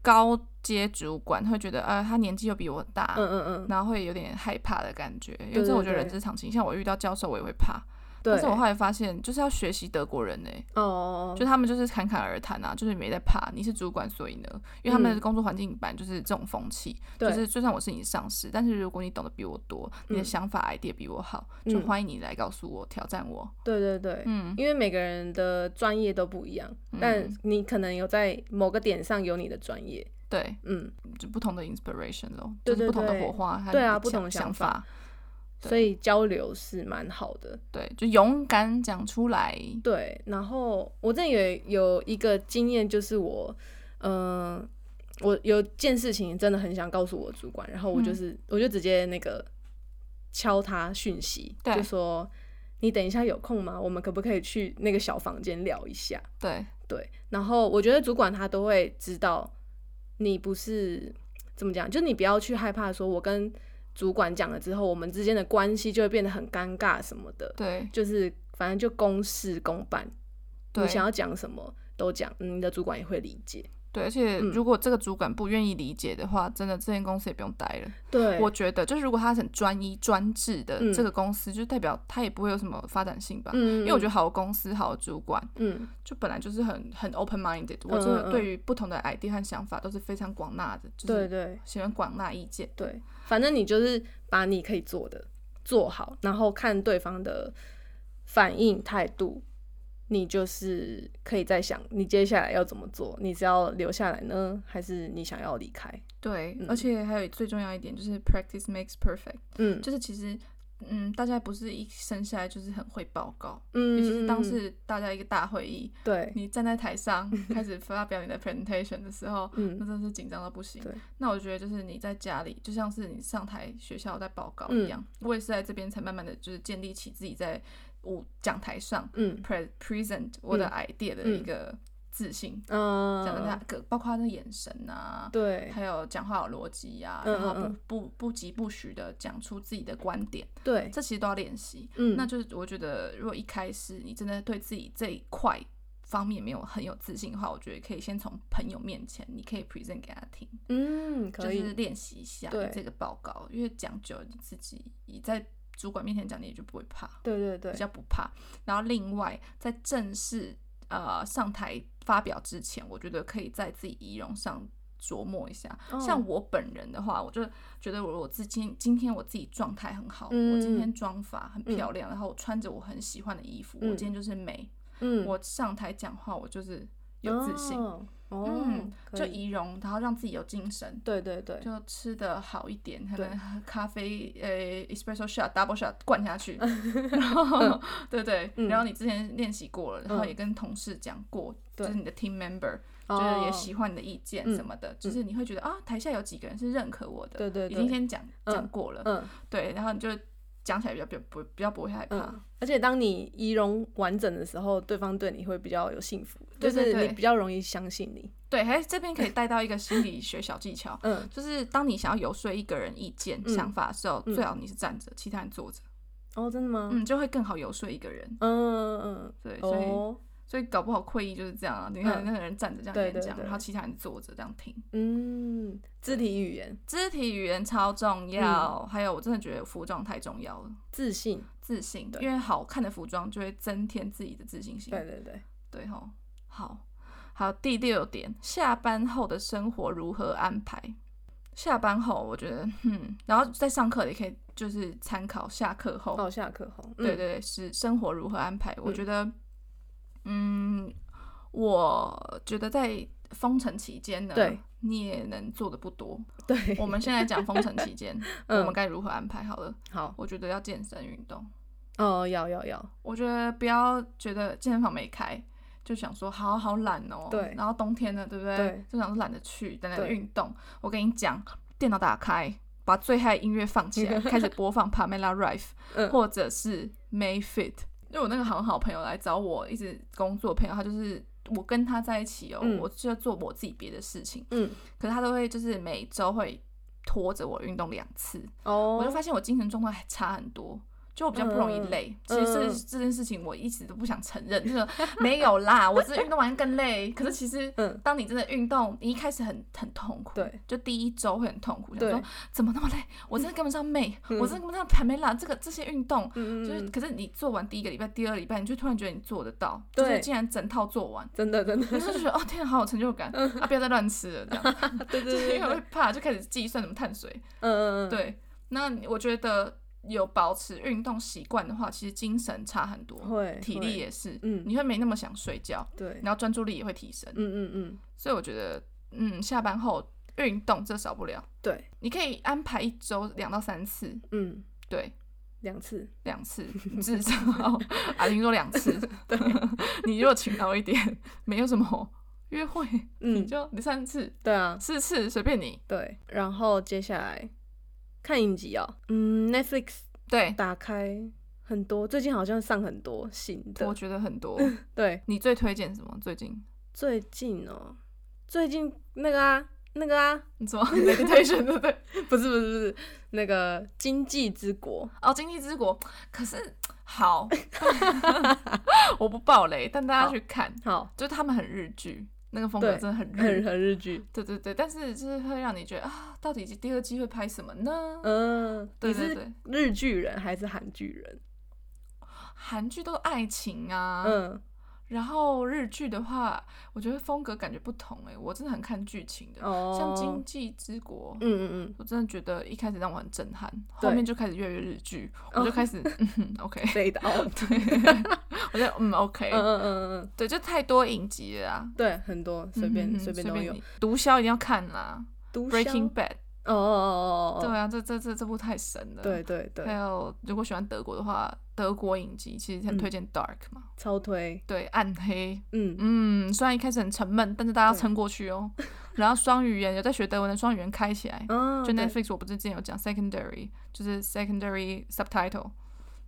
Speaker 1: 高阶主管，会觉得啊、呃他年纪又比我大。
Speaker 2: 嗯嗯嗯，
Speaker 1: 然后会有点害怕的感觉，因为
Speaker 2: 对
Speaker 1: 这我
Speaker 2: 对
Speaker 1: 觉得人
Speaker 2: 对
Speaker 1: 之常情。像我遇到教授，我也会怕。
Speaker 2: 对，
Speaker 1: 但是我后来发现，就是要学习德国人呢、
Speaker 2: 哦哦，
Speaker 1: 就
Speaker 2: 哦
Speaker 1: 他们就是侃侃而谈啊，就是没在怕。你是主管，所以呢，因为他们的工作环境版就是这种风气，
Speaker 2: 嗯对
Speaker 1: 就是就算我是你上司，但是如果你懂得比我多，你的想法 idea 比我好，就
Speaker 2: 嗯
Speaker 1: 欢迎你来告诉我、挑战我。
Speaker 2: 对对对，
Speaker 1: 嗯，
Speaker 2: 因为每个人的专业都不一样，但你可能有在某个点上有你的专业，
Speaker 1: 对，
Speaker 2: 嗯，
Speaker 1: 就不同的 inspiration 咯，
Speaker 2: 对
Speaker 1: 就是
Speaker 2: 对
Speaker 1: 不同的
Speaker 2: 对
Speaker 1: 火花，还有
Speaker 2: 对啊
Speaker 1: 你的
Speaker 2: 不同的
Speaker 1: 想
Speaker 2: 想
Speaker 1: 法
Speaker 2: 法，所以交流是蛮好的。
Speaker 1: 对，就勇敢讲出来。
Speaker 2: 对，然后我这也有一个经验，就是我，嗯、我有件事情真的很想告诉我主管，然后我就是、我就直接那个敲他讯息，
Speaker 1: 对
Speaker 2: 就说你等一下有空吗？我们可不可以去那个小房间聊一下？
Speaker 1: 对，
Speaker 2: 对，然后我觉得主管他都会知道你不是怎么讲，就你不要去害怕说，我跟主管讲了之后，我们之间的关系就会变得很尴尬什么的，
Speaker 1: 对，
Speaker 2: 就是反正就公事公办，
Speaker 1: 对
Speaker 2: 你想要讲什么都讲，嗯你的主管也会理解。
Speaker 1: 对，而且
Speaker 2: 嗯
Speaker 1: 如果这个主管不愿意理解的话，真的这间公司也不用待了。
Speaker 2: 对，
Speaker 1: 我觉得，就是如果他很专一专制的
Speaker 2: 嗯
Speaker 1: 这个公司，就代表他也不会有什么发展性吧。
Speaker 2: 嗯，
Speaker 1: 因为我觉得
Speaker 2: 得
Speaker 1: 好的公司、好的主管，
Speaker 2: 嗯
Speaker 1: 就本来就是很很 open minded，我这
Speaker 2: 嗯嗯
Speaker 1: 对于不同的 idea 和想法都是非常广纳的，就
Speaker 2: 对
Speaker 1: 是
Speaker 2: 对
Speaker 1: 喜欢广纳意见。
Speaker 2: 对，反正你就是把你可以做的做好，然后看对方的反应态度，你就是可以再想你接下来要怎么做，你是要留下来呢，还是你想要离开？
Speaker 1: 对，
Speaker 2: 嗯
Speaker 1: 而且还有最重要一点就是 practice makes perfect，
Speaker 2: 嗯，
Speaker 1: 就是其实。嗯，大家不是一生下来就是很会报告，尤
Speaker 2: 嗯，
Speaker 1: 其是当
Speaker 2: 嗯
Speaker 1: 时大家一个大会议，
Speaker 2: 对，
Speaker 1: 你站在台上开始发表你的 presentation 的时候，那
Speaker 2: 嗯
Speaker 1: 真的是紧张到不行
Speaker 2: 对。
Speaker 1: 那我觉得就是你在家里，就像是你上台学校在报
Speaker 2: 嗯
Speaker 1: 告一样，我也是在这边才慢慢的就是建立起自己在舞讲台上
Speaker 2: 嗯
Speaker 1: pre present 我的 idea 的一个自信，
Speaker 2: 嗯，
Speaker 1: 整个他个包括他的眼神啊，
Speaker 2: 对
Speaker 1: 还有讲话有逻辑呀、
Speaker 2: 嗯
Speaker 1: 然后
Speaker 2: 嗯
Speaker 1: 不
Speaker 2: 嗯
Speaker 1: 不不疾不徐的讲出自己的观点，
Speaker 2: 对，
Speaker 1: 这其实都要练习。
Speaker 2: 嗯，
Speaker 1: 那就是我觉得，如果一开始你真的对自己这一块方面没有很有自信的话，我觉得可以先从朋友面前，你可以 present 给他听，
Speaker 2: 嗯
Speaker 1: 就
Speaker 2: 可以，
Speaker 1: 是练习一下
Speaker 2: 对
Speaker 1: 你这个报告，因为讲久了你自己你在主管面前讲，你也就不会怕。
Speaker 2: 对对对
Speaker 1: 比，较不怕。然后另外，在正式呃上台发表之前，我觉得可以在自己仪容上琢磨一下。
Speaker 2: 哦
Speaker 1: 像我本人的话，我就觉得我我自己今天我自己状态很好，
Speaker 2: 嗯
Speaker 1: 我今天妆法很漂亮，然后我穿着我很喜欢的衣服，
Speaker 2: 嗯
Speaker 1: 我今天就是美。
Speaker 2: 嗯，
Speaker 1: 我上台讲话，我就是有自信。
Speaker 2: 哦，哦
Speaker 1: 嗯，
Speaker 2: 可
Speaker 1: 就
Speaker 2: 以
Speaker 1: 仪容，然后让自己有精神，
Speaker 2: 对对对，
Speaker 1: 就吃的好一点，可
Speaker 2: 对
Speaker 1: 能喝咖啡呃、espresso shot double shot 灌下 去，然后对对，
Speaker 2: 嗯
Speaker 1: 然后你之前练习过了，然后
Speaker 2: 嗯
Speaker 1: 也跟同事讲过，就
Speaker 2: 对
Speaker 1: 是你的 team member 就
Speaker 2: 哦
Speaker 1: 是也喜欢你的意见
Speaker 2: 嗯
Speaker 1: 什么的，就是你会觉得啊，台下有几个人是认可我的，
Speaker 2: 对对
Speaker 1: 已
Speaker 2: 对，
Speaker 1: 经先讲
Speaker 2: 嗯
Speaker 1: 讲过了，
Speaker 2: 嗯
Speaker 1: 对，然后你就讲起来比较比较不比较不会害怕，
Speaker 2: 嗯，而且当你仪容完整的时候，对方对你会比较有信服，就
Speaker 1: 对对
Speaker 2: 是你
Speaker 1: 对
Speaker 2: 比较容易相信你。。
Speaker 1: 对，还这边可以带到一个心理学小技巧
Speaker 2: 嗯，
Speaker 1: 就是当你想要游说一个人意见、
Speaker 2: 嗯
Speaker 1: 想法的时候，
Speaker 2: 嗯
Speaker 1: 最好你是站着，其他人坐着，
Speaker 2: 哦，真的吗？
Speaker 1: 嗯，就会更好游说一个人。
Speaker 2: 嗯嗯
Speaker 1: 对，
Speaker 2: 嗯，
Speaker 1: 所以、
Speaker 2: 哦，
Speaker 1: 所以搞不好会议就是这样啊。你看
Speaker 2: 嗯
Speaker 1: 那个人站着这样
Speaker 2: 对
Speaker 1: 演
Speaker 2: 对
Speaker 1: 讲，
Speaker 2: 对
Speaker 1: 然后其他人坐着这样听。
Speaker 2: 嗯，肢体语言、
Speaker 1: 肢体语言超重要，
Speaker 2: 嗯
Speaker 1: 还有我真的觉得服装太重要了，
Speaker 2: 自信，
Speaker 1: 自信，
Speaker 2: 对
Speaker 1: 因为好看的服装就会增添自己的自信心。
Speaker 2: 对对对，
Speaker 1: 对吼，好，好，第六点，下班后的生活如何安排？下班后，我觉得，嗯，然后在上课也可以，就是参考下课后，
Speaker 2: 哦，下课后，
Speaker 1: 对对
Speaker 2: 对，
Speaker 1: 对，是生活如何安排？我
Speaker 2: 嗯
Speaker 1: 觉得，嗯，我觉得在封城期间呢，
Speaker 2: 对，
Speaker 1: 你也能做的不多。
Speaker 2: 对，
Speaker 1: 我们现在讲封城期间，我们
Speaker 2: 嗯，
Speaker 1: 该如何安排好了？
Speaker 2: 好，
Speaker 1: 我觉得要健身运动，
Speaker 2: 哦，要要要，
Speaker 1: 我觉得不要觉得健身房没开。就想说好好懒哦，
Speaker 2: 对
Speaker 1: 然后冬天了，对不对？
Speaker 2: 对
Speaker 1: 就想说懒得去，等等
Speaker 2: 对
Speaker 1: 运动。我跟你讲，电脑打开，把最嗨的音乐放起 来，开始播放 Pamela Rife，
Speaker 2: 嗯，
Speaker 1: 或者是 Mayfit。因为我那个很好朋友来找我，一直工作朋友，他就是我跟他在一起哦，
Speaker 2: 嗯
Speaker 1: 我就做我自己别的事情，
Speaker 2: 嗯，
Speaker 1: 可是他都会就是每周会拖着我运动两次，我就
Speaker 2: 哦，
Speaker 1: 发现我精神状态还差很多。就我比较不容易累，
Speaker 2: 嗯
Speaker 1: 其实这
Speaker 2: 嗯
Speaker 1: 这件事情我一直都不想承认， 就是没有啦，我只是运动完更累。可是其实
Speaker 2: 嗯，
Speaker 1: 当你真的运动，你一开始很很痛苦，
Speaker 2: 对，
Speaker 1: 就第一周会很痛苦，想
Speaker 2: 对
Speaker 1: 说怎么那么累，我真的跟不上妹，
Speaker 2: 嗯
Speaker 1: 我真的跟不上 Pamela 这个这些运动，
Speaker 2: 嗯
Speaker 1: 就是，
Speaker 2: 嗯，
Speaker 1: 可是你做完第一个礼拜、第二礼拜，你就突然觉得你做得到，
Speaker 2: 对
Speaker 1: 就是竟然整套做完，
Speaker 2: 真的 真的，
Speaker 1: 你就觉得哦天啊，好有成就感，啊不要再乱吃了，这样，
Speaker 2: 嗯对对
Speaker 1: 就是
Speaker 2: 对，
Speaker 1: 因为会
Speaker 2: 对
Speaker 1: 怕，就开始计算什么碳水。
Speaker 2: 嗯嗯嗯，
Speaker 1: 对，那我觉得有保持运动习惯的话，其实精神差很多，
Speaker 2: 会
Speaker 1: 体
Speaker 2: 会
Speaker 1: 力也是，
Speaker 2: 嗯
Speaker 1: 你会没那么想睡觉，
Speaker 2: 对，
Speaker 1: 然后专注力也会提升，
Speaker 2: 嗯嗯嗯，
Speaker 1: 所以我觉得，嗯，下班后运动这少不了，
Speaker 2: 对，
Speaker 1: 你可以安排一周两到三次，
Speaker 2: 嗯，
Speaker 1: 对，
Speaker 2: 两次，
Speaker 1: 两次至少啊，听说两次。对， 你如果勤劳一点，没有什么约会，你
Speaker 2: 嗯，
Speaker 1: 就你三次、
Speaker 2: 对啊，
Speaker 1: 四次随便你。
Speaker 2: 对，然后接下来看影集哦，嗯，Netflix
Speaker 1: 对，
Speaker 2: 打开很多，最近好像上很多新
Speaker 1: 我
Speaker 2: 的，
Speaker 1: 觉得很多。
Speaker 2: 对，
Speaker 1: 你最推荐什么？最近
Speaker 2: 最近哦，最近那个啊，那个啊，
Speaker 1: 你说 meditation 对不对？
Speaker 2: 不是不是不是，那个《经济之国》
Speaker 1: 哦，《经济之国》，可是好， 我不爆雷，但大家
Speaker 2: 好
Speaker 1: 去看，
Speaker 2: 好，
Speaker 1: 就是他们很日剧，那个风格
Speaker 2: 对
Speaker 1: 真的很
Speaker 2: 很
Speaker 1: 日。
Speaker 2: 很日剧，
Speaker 1: 对对对，但是就是会让你觉得啊，到底第二季会拍什么呢？
Speaker 2: 嗯，
Speaker 1: 对
Speaker 2: 你
Speaker 1: 对
Speaker 2: 是
Speaker 1: 对，
Speaker 2: 日剧人还是韩剧人？
Speaker 1: 韩剧都是爱情啊，
Speaker 2: 嗯，
Speaker 1: 然后日剧的话，我觉得风格感觉不同诶、我真的很看剧情的，
Speaker 2: 哦，
Speaker 1: 像《经济之国》
Speaker 2: 嗯嗯嗯，
Speaker 1: 我真的觉得一开始让我很震撼，
Speaker 2: 对
Speaker 1: 后面就开始越来越日剧，我就开始、 嗯哼 OK，
Speaker 2: 飞刀，
Speaker 1: 对， 我就嗯 OK，、
Speaker 2: 嗯嗯嗯嗯嗯，
Speaker 1: 对，就太多影集了啊，
Speaker 2: 对，很多随
Speaker 1: 嗯
Speaker 2: 便
Speaker 1: 哼
Speaker 2: 随便
Speaker 1: 随
Speaker 2: 都有
Speaker 1: 你，毒枭一定要看啦，
Speaker 2: 毒
Speaker 1: 《
Speaker 2: 枭
Speaker 1: Breaking Bad
Speaker 2: 哦哦哦》，哦
Speaker 1: 对
Speaker 2: 哦，
Speaker 1: 啊，这这这这部太神了，
Speaker 2: 对对对
Speaker 1: 还，有如果喜欢德国的话，德国影集其实
Speaker 2: 嗯
Speaker 1: 很推荐《Dark》嘛，
Speaker 2: 超推，
Speaker 1: 对，暗黑。
Speaker 2: 嗯，
Speaker 1: 嗯，虽然一开始很沉闷，但是大家要
Speaker 2: 对
Speaker 1: 撑过去哦。
Speaker 2: 嗯
Speaker 1: 然后双语言有在学德文的双语言开起来，
Speaker 2: 啊，
Speaker 1: 就
Speaker 2: 对
Speaker 1: Netflix 我不是之前有讲 secondary，就是 secondary subtitle，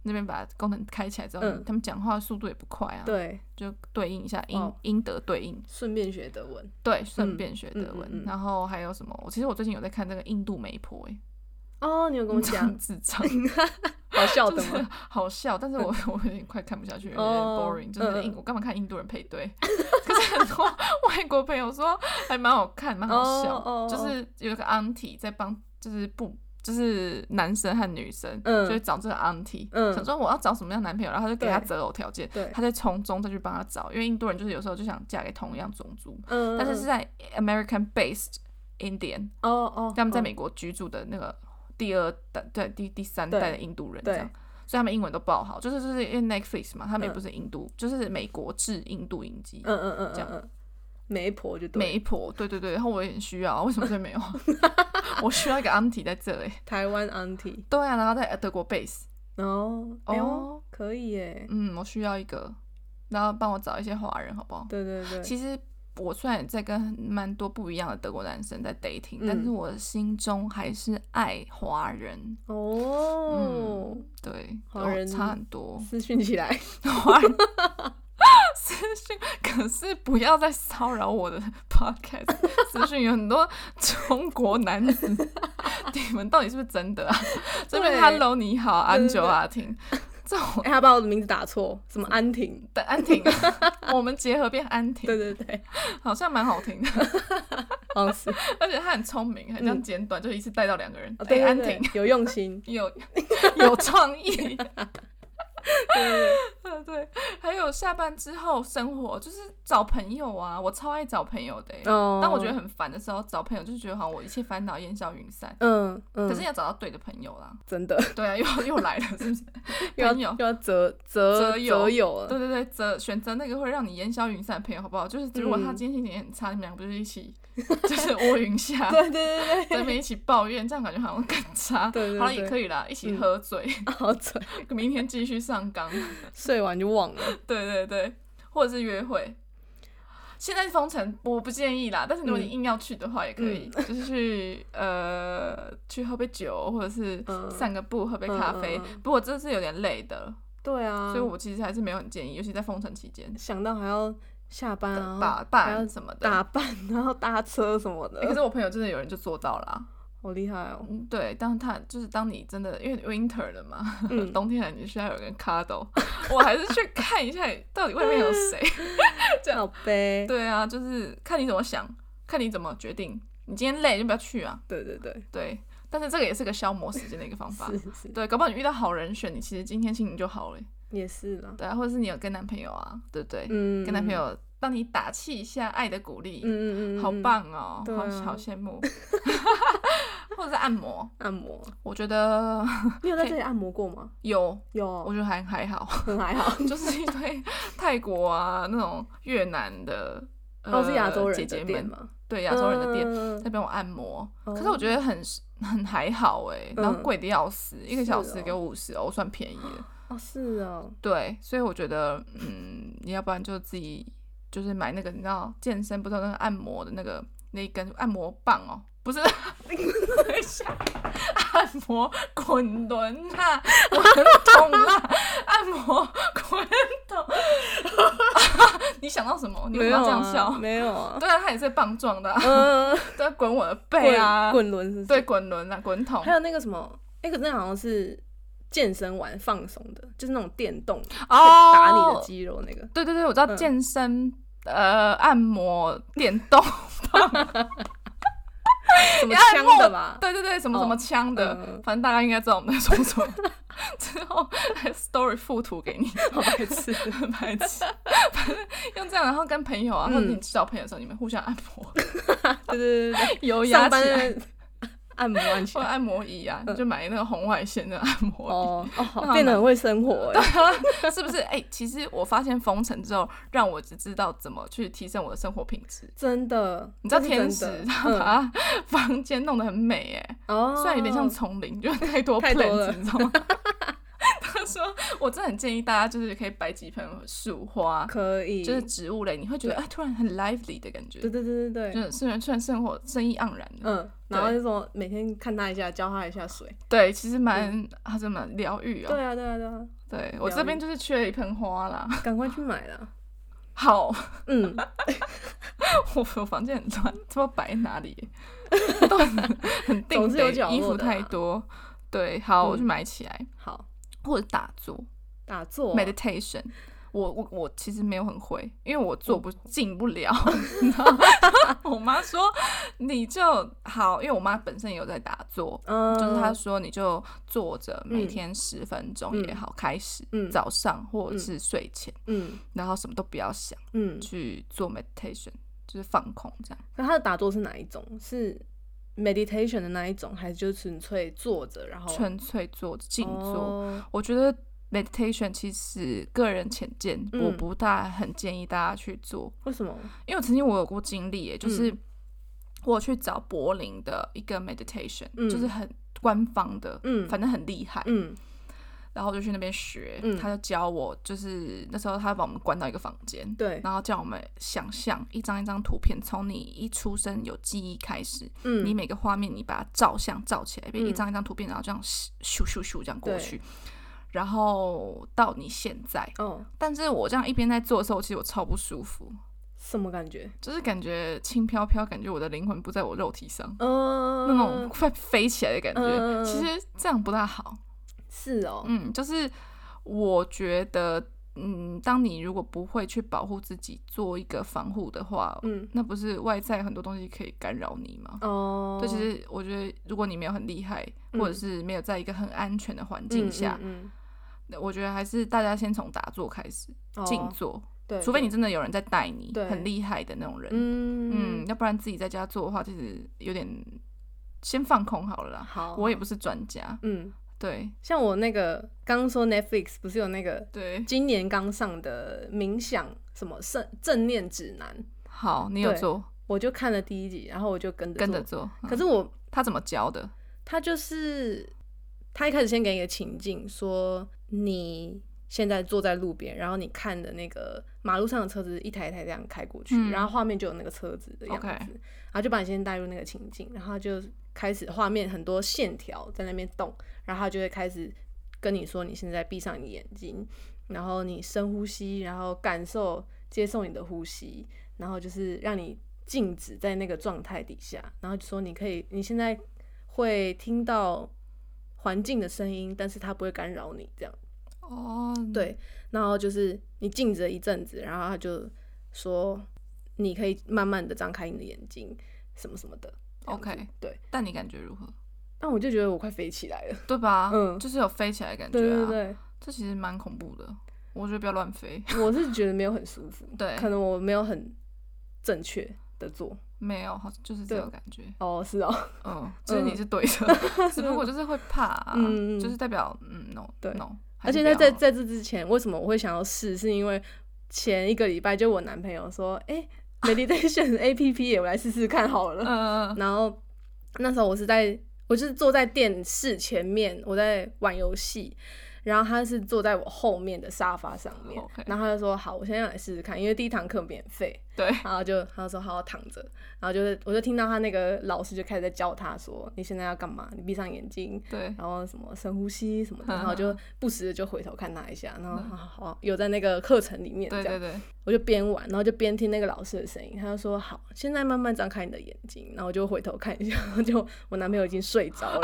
Speaker 1: 那边把功能开起来之后，
Speaker 2: 嗯
Speaker 1: 他们讲话速度也不快啊，，
Speaker 2: 对，
Speaker 1: 就对应一下英、
Speaker 2: 哦
Speaker 1: 英德对应，
Speaker 2: 顺便学德文。
Speaker 1: 对，顺
Speaker 2: 嗯
Speaker 1: 便学
Speaker 2: 嗯
Speaker 1: 德文。
Speaker 2: 嗯嗯
Speaker 1: 然后还有什么？我其实我最近有在看那个印度媒婆、欸，，
Speaker 2: 哦，你有跟我讲
Speaker 1: 智障，
Speaker 2: 好笑
Speaker 1: 就
Speaker 2: 的
Speaker 1: 是
Speaker 2: 吗？
Speaker 1: 好笑，但是 我我有点快看不下去，有点
Speaker 2: 哦
Speaker 1: boring，、就是印
Speaker 2: 嗯嗯
Speaker 1: 我干嘛看印度人配对？ 可是很多外国朋友说还蛮好看，蛮好笑，
Speaker 2: 哦哦
Speaker 1: 就是有一个 auntie 在帮，就是不。就是男生和女生，
Speaker 2: 嗯
Speaker 1: 就会找这个 auntie，、
Speaker 2: 嗯
Speaker 1: 想说我要找什么样的男朋友，然后他就给
Speaker 2: 对
Speaker 1: 他择偶条件
Speaker 2: 对，
Speaker 1: 他在从中再去帮他找，因为印度人就是有时候就想嫁给同样种族，
Speaker 2: 嗯，
Speaker 1: 但是是
Speaker 2: 嗯
Speaker 1: 在 American based Indian，
Speaker 2: 哦哦，
Speaker 1: 他们在
Speaker 2: 嗯
Speaker 1: 美国居住的那个第二代，对第第三
Speaker 2: 对
Speaker 1: 代的印度人这
Speaker 2: 对
Speaker 1: 样，所以他们英文都爆好，就是就是因为 Netflix 嘛，他们也
Speaker 2: 嗯
Speaker 1: 不是印度，就是美国制印度影集。
Speaker 2: 嗯嗯嗯
Speaker 1: 这样
Speaker 2: 嗯嗯，媒婆就对，
Speaker 1: 媒婆，对对对，然后我也很需要，为什么这没 有？我需要一个 auntie 在这哎，
Speaker 2: 台湾 auntie，
Speaker 1: 对啊，然后在德国 base，
Speaker 2: 哦哎呦，
Speaker 1: 哦，
Speaker 2: 可以耶，
Speaker 1: 嗯，我需要一个，然后帮我找一些华人好不好？
Speaker 2: 对对对，
Speaker 1: 其实我虽然在跟蛮多不一样的德国男生在 dating，、
Speaker 2: 嗯
Speaker 1: 但是我心中还是爱华人。
Speaker 2: 哦
Speaker 1: 嗯，，对，
Speaker 2: 华
Speaker 1: 哦
Speaker 2: 人。
Speaker 1: 差很多
Speaker 2: 私讯起来，
Speaker 1: 华人私讯，可是不要再骚扰我的 podcast 私讯，有很多中国男子，你们到底是不是真的啊？ 这边
Speaker 2: 对
Speaker 1: Hello 你好，安
Speaker 2: 对对
Speaker 1: 久阿婷，这种
Speaker 2: 哎，他把我的名字打错，什么 安婷？
Speaker 1: 的安婷，我们结合变安
Speaker 2: 对
Speaker 1: 婷，
Speaker 2: 对对，
Speaker 1: 好像蛮好听的。
Speaker 2: 好像是，
Speaker 1: 而且他很聪明，很像简短，就一次带到两个人。
Speaker 2: 嗯哦
Speaker 1: 对，
Speaker 2: 对
Speaker 1: 安
Speaker 2: 对
Speaker 1: 婷
Speaker 2: 对，有用 心，
Speaker 1: 有有创意。
Speaker 2: 对对对
Speaker 1: 呃 对，还有下班之后生活，就是找朋友啊，我超爱找朋友的欸、
Speaker 2: 哦，
Speaker 1: 当我觉得很烦的时候，找朋友就是觉得好像我一切烦恼烟消云散。
Speaker 2: 嗯嗯，
Speaker 1: 可是要找到对的朋友啦。
Speaker 2: 真的
Speaker 1: 对啊，又又来了，是不是？
Speaker 2: 又要
Speaker 1: 朋友
Speaker 2: 又要择择
Speaker 1: 择友
Speaker 2: 择友
Speaker 1: 对
Speaker 2: 了，
Speaker 1: 对对，择选择那个会让你烟消云散的朋友，好不好？就是如果他
Speaker 2: 嗯
Speaker 1: 今天心情也很差，你们两个不是一 起就是乌云下，
Speaker 2: 对对对
Speaker 1: 在那边一起抱怨，这样感觉好像更差。
Speaker 2: 对对
Speaker 1: 好了，
Speaker 2: 对
Speaker 1: 也可以啦，一起
Speaker 2: 嗯
Speaker 1: 喝醉，
Speaker 2: 对，好嘴，
Speaker 1: 明天继续上纲。
Speaker 2: 睡完就忘了，
Speaker 1: 对 对对，或者是约会。现在封城我不建议啦，但是如果你
Speaker 2: 嗯
Speaker 1: 硬要去的话，也可以，就是去呃去喝杯酒，或者是
Speaker 2: 嗯
Speaker 1: 散个步，喝杯咖啡。
Speaker 2: 嗯嗯嗯
Speaker 1: 不过这是有点累的，
Speaker 2: 对啊，
Speaker 1: 所以我其实还是没有很建议，尤其在封城期间，
Speaker 2: 想到还要下班啊，然后
Speaker 1: 打扮什么的。
Speaker 2: 打扮， 然后搭车什么
Speaker 1: 欸可
Speaker 2: 的，
Speaker 1: 是我朋友真的有人就做到啦，
Speaker 2: 好厉害 哦！
Speaker 1: 嗯，对，当他就是当你真的因为 winter 了嘛，
Speaker 2: 嗯
Speaker 1: 冬天了你需要有人 cuddle，我还是去看一下到底外面有谁，这样
Speaker 2: 好呗，
Speaker 1: 对啊，就是看你怎么想，看你怎么决定。你今天累就不要去啊，
Speaker 2: 对对对，
Speaker 1: 对。但是这个也是个消磨时间的一个方法。
Speaker 2: 是是，
Speaker 1: 对，搞不好你遇到好人选，你其实今天心情就好了、
Speaker 2: 也是啦，
Speaker 1: 对啊，或者是你有跟男朋友啊，对不对？
Speaker 2: 嗯，
Speaker 1: 跟男朋，友帮你打气一下，爱的鼓励，
Speaker 2: 嗯嗯嗯，
Speaker 1: 好棒哦，
Speaker 2: 对
Speaker 1: 好
Speaker 2: 啊
Speaker 1: 好羡慕。 或者是按摩，
Speaker 2: 按摩，
Speaker 1: 我觉得
Speaker 2: 你有在这里按摩过吗？
Speaker 1: 有，
Speaker 2: 有，
Speaker 1: 我觉得还还好，
Speaker 2: 很还好，
Speaker 1: 就是一堆泰国啊那种越南的，
Speaker 2: 哦，是亚洲
Speaker 1: 呃
Speaker 2: 人
Speaker 1: 姐姐
Speaker 2: 的店嗯
Speaker 1: 们，
Speaker 2: 吗？
Speaker 1: 对亚洲人的店，
Speaker 2: 店，
Speaker 1: 在帮我按摩，
Speaker 2: 哦
Speaker 1: 可是我觉得很很还好哎、
Speaker 2: 嗯
Speaker 1: 然后贵的要死，一个小
Speaker 2: 是
Speaker 1: 时
Speaker 2: 哦
Speaker 1: 给我五十欧，算便宜的。
Speaker 2: 哦，是哦，
Speaker 1: 对，所以我觉得，嗯，你要不然就自己就是买那个，你知道健身不是有那个按摩的那个那一根按摩棒哦，不是，等一下，按摩滚轮啊，滚筒啊，按摩滚筒， 你想到什么？你为
Speaker 2: 没
Speaker 1: 什么
Speaker 2: 有
Speaker 1: 要这样笑？
Speaker 2: 啊，没有啊，
Speaker 1: 对啊，它也是棒状的、啊，
Speaker 2: 嗯，
Speaker 1: 在滚我的背啊，
Speaker 2: 滚滚轮是不是
Speaker 1: 对，滚轮啊，滚筒
Speaker 2: 还有那个什么，那个那好像是健身完放松的，就是那种电动
Speaker 1: 哦，
Speaker 2: 打你的肌肉那个。
Speaker 1: 对对对，我知道
Speaker 2: 嗯
Speaker 1: 健身、呃按摩电 动，
Speaker 2: 什么
Speaker 1: 按
Speaker 2: 枪
Speaker 1: 摩
Speaker 2: 的吧？
Speaker 1: 对对对，什么什么
Speaker 2: 哦
Speaker 1: 枪的，
Speaker 2: 嗯嗯
Speaker 1: 反正大家应该知道我们在说什么。 之后 story 附图给你，
Speaker 2: 好白痴，
Speaker 1: 很白痴。反正用这样，然后跟朋友啊，或者
Speaker 2: 嗯
Speaker 1: 你找朋友的时候，你们互相按 摩，
Speaker 2: 对 对对对
Speaker 1: 油
Speaker 2: 对，
Speaker 1: 压
Speaker 2: 上
Speaker 1: 起
Speaker 2: 班
Speaker 1: 来，
Speaker 2: 的按摩按起
Speaker 1: 或者
Speaker 2: 来。
Speaker 1: 按摩椅啊，你就买那个红外线的按摩
Speaker 2: 嗯哦哦，
Speaker 1: 那
Speaker 2: 好，
Speaker 1: 还
Speaker 2: 变得
Speaker 1: 蛮
Speaker 2: 很会生活哎。
Speaker 1: 椅，是不是？哎、其实我发现封城之后，让我只知道怎么去提升我的生活品质。
Speaker 2: 真的，
Speaker 1: 你知道
Speaker 2: 这是
Speaker 1: 天使
Speaker 2: 真的
Speaker 1: 他
Speaker 2: 嗯
Speaker 1: 把他房间弄得很美哎、
Speaker 2: 哦，
Speaker 1: 虽然有点像丛林，就是太多
Speaker 2: 太多
Speaker 1: plants，
Speaker 2: 了
Speaker 1: 你知道吗？但说，我真的很建议大家就是可以摆几盆树花，
Speaker 2: 可以，
Speaker 1: 就是植物类，你会觉得哎，突然很 lively 的感觉，
Speaker 2: 对对对对
Speaker 1: 就
Speaker 2: 对，
Speaker 1: 是虽然虽然生活生意盎然的，
Speaker 2: 嗯，然后就说每天看他一下，教他一下水，
Speaker 1: 对，其实蛮啊，怎么疗愈哦。
Speaker 2: 嗯对啊对啊对啊，
Speaker 1: 对我
Speaker 2: 疗
Speaker 1: 这边
Speaker 2: 愈
Speaker 1: 就是缺了一盆花啦。
Speaker 2: 赶快去买啦，
Speaker 1: 好，
Speaker 2: 嗯，
Speaker 1: 我我房间很乱，不知道摆哪里， 都很很定
Speaker 2: 总是有
Speaker 1: 得
Speaker 2: 角落
Speaker 1: 衣服
Speaker 2: 的
Speaker 1: 太
Speaker 2: 啦
Speaker 1: 多。对，好，我去
Speaker 2: 嗯
Speaker 1: 买起来，
Speaker 2: 好，
Speaker 1: 或者打坐、
Speaker 2: 打坐
Speaker 1: m e d i t a t i o n 我我我其实没有很会，因为我做不进不 了。 然后我妈说你就好，因为我妈本身也有在打坐，
Speaker 2: 嗯，
Speaker 1: 就是她说你就坐着，每
Speaker 2: 嗯
Speaker 1: 天十分钟
Speaker 2: 嗯
Speaker 1: 也好，开始、
Speaker 2: 嗯
Speaker 1: 早上或者
Speaker 2: 嗯
Speaker 1: 是睡前，
Speaker 2: 嗯
Speaker 1: 然后什么都不要想，
Speaker 2: 嗯，
Speaker 1: 去做 meditation，就是放空这样。
Speaker 2: 那他的打坐是哪一种？是 meditation 的那一种，还是就是纯粹坐着然后
Speaker 1: 纯粹做静坐。
Speaker 2: 哦
Speaker 1: 我觉得 meditation 其实个人浅见，
Speaker 2: 嗯
Speaker 1: 我不大很建议大家去做，
Speaker 2: 为什么？
Speaker 1: 因为我曾经我有过经历耶，
Speaker 2: 嗯
Speaker 1: 就是我有去找柏林的一个 meditation，、
Speaker 2: 嗯
Speaker 1: 就是很官方的，
Speaker 2: 嗯
Speaker 1: 反正很厉害，
Speaker 2: 嗯
Speaker 1: 然后我就去那边学，
Speaker 2: 嗯
Speaker 1: 他就教我，就是那时候他把我们关到一个房间。
Speaker 2: 对，
Speaker 1: 然后叫我们想象一张一张图片，从你一出生有记忆开始，
Speaker 2: 嗯
Speaker 1: 你每个画面你把它照相照起来，变一
Speaker 2: 嗯
Speaker 1: 张一张图片，然后这样咻咻咻咻这样过
Speaker 2: 对
Speaker 1: 去，然后到你现在。
Speaker 2: 哦
Speaker 1: 但是我这样一边在做的时候，其实我超不舒服，
Speaker 2: 什么感觉？
Speaker 1: 就是感觉轻飘飘，感觉我的灵魂不在我肉体上，
Speaker 2: 嗯，
Speaker 1: 那种快飞起来的感觉。
Speaker 2: 嗯嗯嗯
Speaker 1: 其实这样不大好。
Speaker 2: 是哦，
Speaker 1: 嗯，就是我觉得，嗯，当你如果不会去保护自己，做一个防护的话，
Speaker 2: 嗯
Speaker 1: 那不是外在很多东西可以干扰你吗？
Speaker 2: 哦，
Speaker 1: 对，其实我觉得，如果你没有很厉害，或者
Speaker 2: 嗯
Speaker 1: 是没有在一个很安全的环境下，
Speaker 2: 嗯嗯
Speaker 1: 那我觉得还是大家先从打坐开始，
Speaker 2: 嗯
Speaker 1: 静、
Speaker 2: 哦
Speaker 1: 坐，
Speaker 2: 对，
Speaker 1: 除非
Speaker 2: 对
Speaker 1: 你真的有人在带你，
Speaker 2: 对
Speaker 1: 很厉害的那种人，
Speaker 2: 嗯
Speaker 1: 嗯，要不然自己在家做的话，其实有点先放空好了啦。
Speaker 2: 好，啊
Speaker 1: 我也不是专家，
Speaker 2: 嗯，
Speaker 1: 对
Speaker 2: 像我那个刚说 Netflix 不是有那个
Speaker 1: 对，
Speaker 2: 今年刚上的冥想什么正正念指南，
Speaker 1: 好，你有
Speaker 2: 对
Speaker 1: 做
Speaker 2: 我就看了第一集，然后我就跟着
Speaker 1: 跟着
Speaker 2: 做，
Speaker 1: 做， 嗯
Speaker 2: 可是我
Speaker 1: 他怎么教的？
Speaker 2: 他就是他一开始先给你一个情境，说你现在坐在路边，然后你看的那个马路上的车子一台一台这样开过去，
Speaker 1: 嗯
Speaker 2: 然后画面就有那个车子的样子
Speaker 1: OK
Speaker 2: 然后就把你先带入那个情境，然后他就开始画面很多线条在那边动，然后他就会开始跟你说你现在闭上你的眼睛，然后你深呼吸，然后感受接受你的呼吸，然后就是让你静止在那个状态底下，然后就说你可以，你现在会听到环境的声音，但是它不会干扰你这样。
Speaker 1: 哦，，
Speaker 2: 对，然后就是你静止了一阵子，然后他就说你可以慢慢的张开你的眼睛，什么什么的。这样子
Speaker 1: OK
Speaker 2: 对。
Speaker 1: 但你感觉如何？
Speaker 2: 那我就觉得我快飞起来了。
Speaker 1: 对吧？
Speaker 2: 嗯
Speaker 1: 就是有飞起来的感觉
Speaker 2: 对
Speaker 1: 啊。
Speaker 2: 对对，
Speaker 1: 这其实蛮恐怖的，我觉得不要乱 飞。
Speaker 2: 我是觉得没有很 舒服，
Speaker 1: 对，
Speaker 2: 可能我没有很正确的做。
Speaker 1: 没有，好就是这
Speaker 2: 对
Speaker 1: 种感觉。
Speaker 2: 哦，是哦，
Speaker 1: 嗯，其实你是对 的，只不过就是会怕啊，
Speaker 2: 嗯嗯
Speaker 1: 就是代表嗯 no
Speaker 2: 对
Speaker 1: no，还
Speaker 2: 而
Speaker 1: 是
Speaker 2: 且
Speaker 1: 不
Speaker 2: 在
Speaker 1: 要哦
Speaker 2: 在在这之前，为什么我会想要试？是因为前一个礼拜就我男朋友说，哎、m e d i t a t i o n A P P 也我来试试看好了。
Speaker 1: 嗯嗯
Speaker 2: 然后那时候我是在，我就是坐在电视前面，我在玩游戏，然后他是坐在我后面的沙发上面
Speaker 1: 哦 OK
Speaker 2: 然后他就说好，我现在来试试看，因为第一堂课免费，
Speaker 1: 对，
Speaker 2: 然后就他就说好好躺着，然后就是我就听到他那个老师就开始在教他说你现在要干嘛，你闭上眼睛，
Speaker 1: 对
Speaker 2: 然后什么深呼吸什么
Speaker 1: 嗯
Speaker 2: 的，然后就不时的就回头看他一下，然后好好好有在那个课程里面这
Speaker 1: 对对哎
Speaker 2: 样，
Speaker 1: 对，
Speaker 2: 我就边玩，然后就边听那个老师的声音，他就说好，现在慢慢张开你的眼睛，然后我就回头看一下，然后就我男朋友已经睡着 了，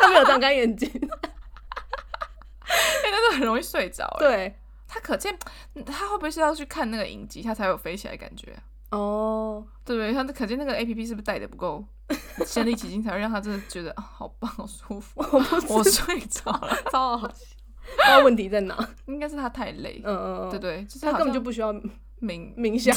Speaker 2: 他没有张开眼睛，
Speaker 1: 哎，那是很容易睡着。哎，
Speaker 2: 对，
Speaker 1: 他可见嗯他会不会是要去看那个影集，他才有飞起来的感觉啊？
Speaker 2: 哦，
Speaker 1: 对不对？他可见那个 A P P 是不是带的不 够身临其境，才会让他真的觉得啊，好棒，好舒 服，我睡着了，
Speaker 2: 超好笑，不知道问题在哪，
Speaker 1: 应该是他太累。
Speaker 2: 嗯嗯，嗯
Speaker 1: 对，对，就是
Speaker 2: 他根本就
Speaker 1: 不
Speaker 2: 不需要
Speaker 1: 明
Speaker 2: 冥想，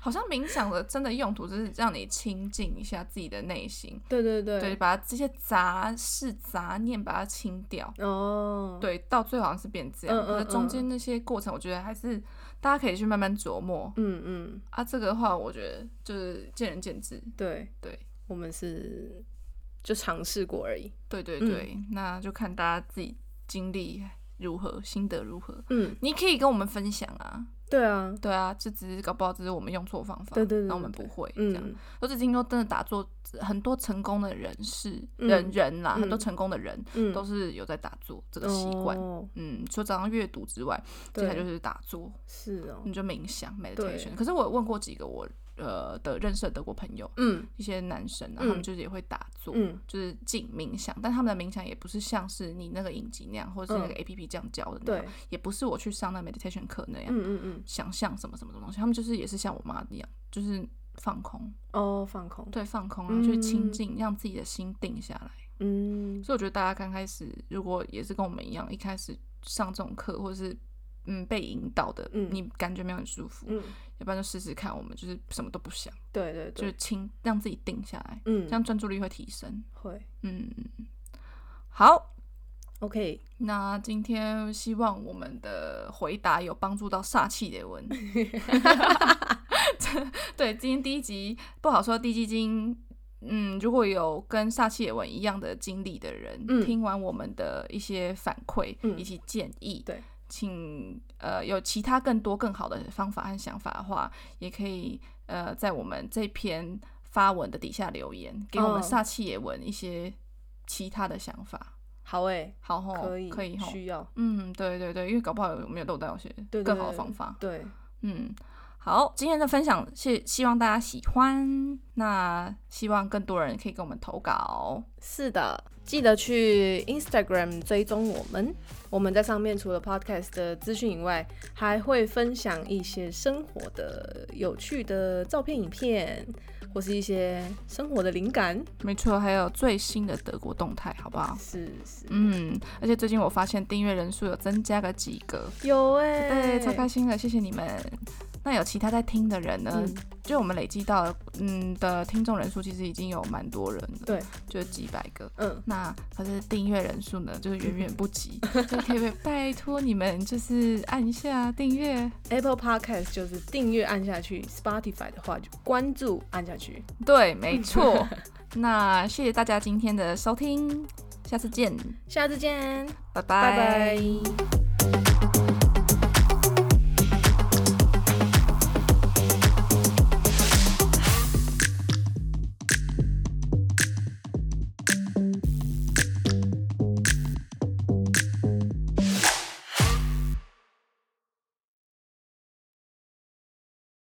Speaker 1: 好像冥想的真的用途就是让你清静一下自己的内心，
Speaker 2: 对对对，
Speaker 1: 对，把这些杂事杂念把它清掉。
Speaker 2: 哦，，
Speaker 1: 对，到最后好像是变这样，
Speaker 2: 嗯嗯
Speaker 1: 可是中
Speaker 2: 嗯
Speaker 1: 间那些过程，我觉得还是大家可以去慢慢琢磨
Speaker 2: 嗯嗯，
Speaker 1: 啊。这个的话，我觉得就是见仁见智。
Speaker 2: 对，
Speaker 1: 对，
Speaker 2: 我们是就尝试过而已，嗯
Speaker 1: 对对对，那就看大家自己经历如何，心得如何，
Speaker 2: 嗯，
Speaker 1: 你可以跟我们分享啊。
Speaker 2: 对啊，
Speaker 1: 对啊，这只是搞不好只是我们用错方法，
Speaker 2: 对对对
Speaker 1: 那我们
Speaker 2: 对
Speaker 1: 不会这样。
Speaker 2: 嗯，
Speaker 1: 我只听说真的打坐，很多成功的人士、
Speaker 2: 嗯
Speaker 1: 人人啦，
Speaker 2: 嗯
Speaker 1: 很多成功的人
Speaker 2: 嗯，
Speaker 1: 都是有在打坐这个习惯。
Speaker 2: 哦
Speaker 1: 嗯，除了早上阅读之外，接
Speaker 2: 对，
Speaker 1: 下来就是打坐，
Speaker 2: 是哦，
Speaker 1: 你就冥想 meditation。
Speaker 2: 对
Speaker 1: 可是我有问过几个我呃的认识的德国朋友，
Speaker 2: 嗯
Speaker 1: 一些男生啊，
Speaker 2: 嗯
Speaker 1: 他们就是也会打坐，
Speaker 2: 嗯
Speaker 1: 就是静冥想，但他们的冥想也不是像是你那个影集那样，或者是那个 A P P 这样教的那样，
Speaker 2: 嗯对，
Speaker 1: 也不是我去上那 meditation 课那样，
Speaker 2: 嗯嗯嗯，
Speaker 1: 想象什么什么什么东西，他们就是也是像我妈一样，就是放空，
Speaker 2: 哦，放空，
Speaker 1: 对，放空，然后去清
Speaker 2: 嗯
Speaker 1: 静，让自己的心定下来。
Speaker 2: 嗯，
Speaker 1: 所以我觉得大家刚开始，如果也是跟我们一样，一开始上这种课，或者是嗯被引导的，
Speaker 2: 嗯
Speaker 1: 你感觉没有很舒服，
Speaker 2: 嗯，
Speaker 1: 要不然就试试看，我们就是什么都不想，
Speaker 2: 对对
Speaker 1: 就是
Speaker 2: 对，
Speaker 1: 清，让自己定下来，
Speaker 2: 嗯，
Speaker 1: 这样专注力会提升。
Speaker 2: 会
Speaker 1: 嗯，好，
Speaker 2: ，OK，
Speaker 1: 那今天希望我们的回答有帮助到煞气的文。 对，今天第一集不好说，地基金。嗯，如果有跟煞气野文一样的经历的人，
Speaker 2: 嗯
Speaker 1: 听完我们的一些反馈、
Speaker 2: 嗯
Speaker 1: 以及建议，
Speaker 2: 对，
Speaker 1: 请呃有其他更多更好的方法和想法的话，也可以呃在我们这篇发文的底下留言，给我们
Speaker 2: 哦
Speaker 1: 煞气野文一些其他的想法。
Speaker 2: 好诶，
Speaker 1: 好吼，
Speaker 2: 可以
Speaker 1: 哦可以吼，
Speaker 2: 需要，
Speaker 1: 嗯，对对对，因为搞不好有没有漏到一些
Speaker 2: 对对
Speaker 1: 更好的
Speaker 2: 对
Speaker 1: 方法。
Speaker 2: 对，
Speaker 1: 嗯，好，今天的分享是希望大家喜欢，那希望更多人可以给我们投稿。
Speaker 2: 是的，记得去 Instagram 追踪我们。我们在上面除了 podcast 的资讯以外，还会分享一些生活的有趣的照片、影片，或是一些生活的灵感。
Speaker 1: 没错，还有最新的德国动态，好不好？
Speaker 2: 是是，
Speaker 1: 嗯，而且最近我发现订阅人数有增加个几个，
Speaker 2: 有哎、
Speaker 1: 对，超开心的，谢谢你们。那有其他在听的人呢？
Speaker 2: 嗯，
Speaker 1: 就我们累积到嗯的听众人数，其实已经有蛮多人了，
Speaker 2: 对，
Speaker 1: 就几百个。
Speaker 2: 嗯，
Speaker 1: 那可是订阅人数呢，就是远远不及，所以可以拜托你们就是按一下订阅，
Speaker 2: Apple Podcast 就是订阅按下去，Spotify 的话就关注按下去。
Speaker 1: 对，没错。 那谢谢大家今天的收听，下次见，
Speaker 2: 下次见，
Speaker 1: 拜
Speaker 2: 拜
Speaker 1: 拜
Speaker 2: 拜。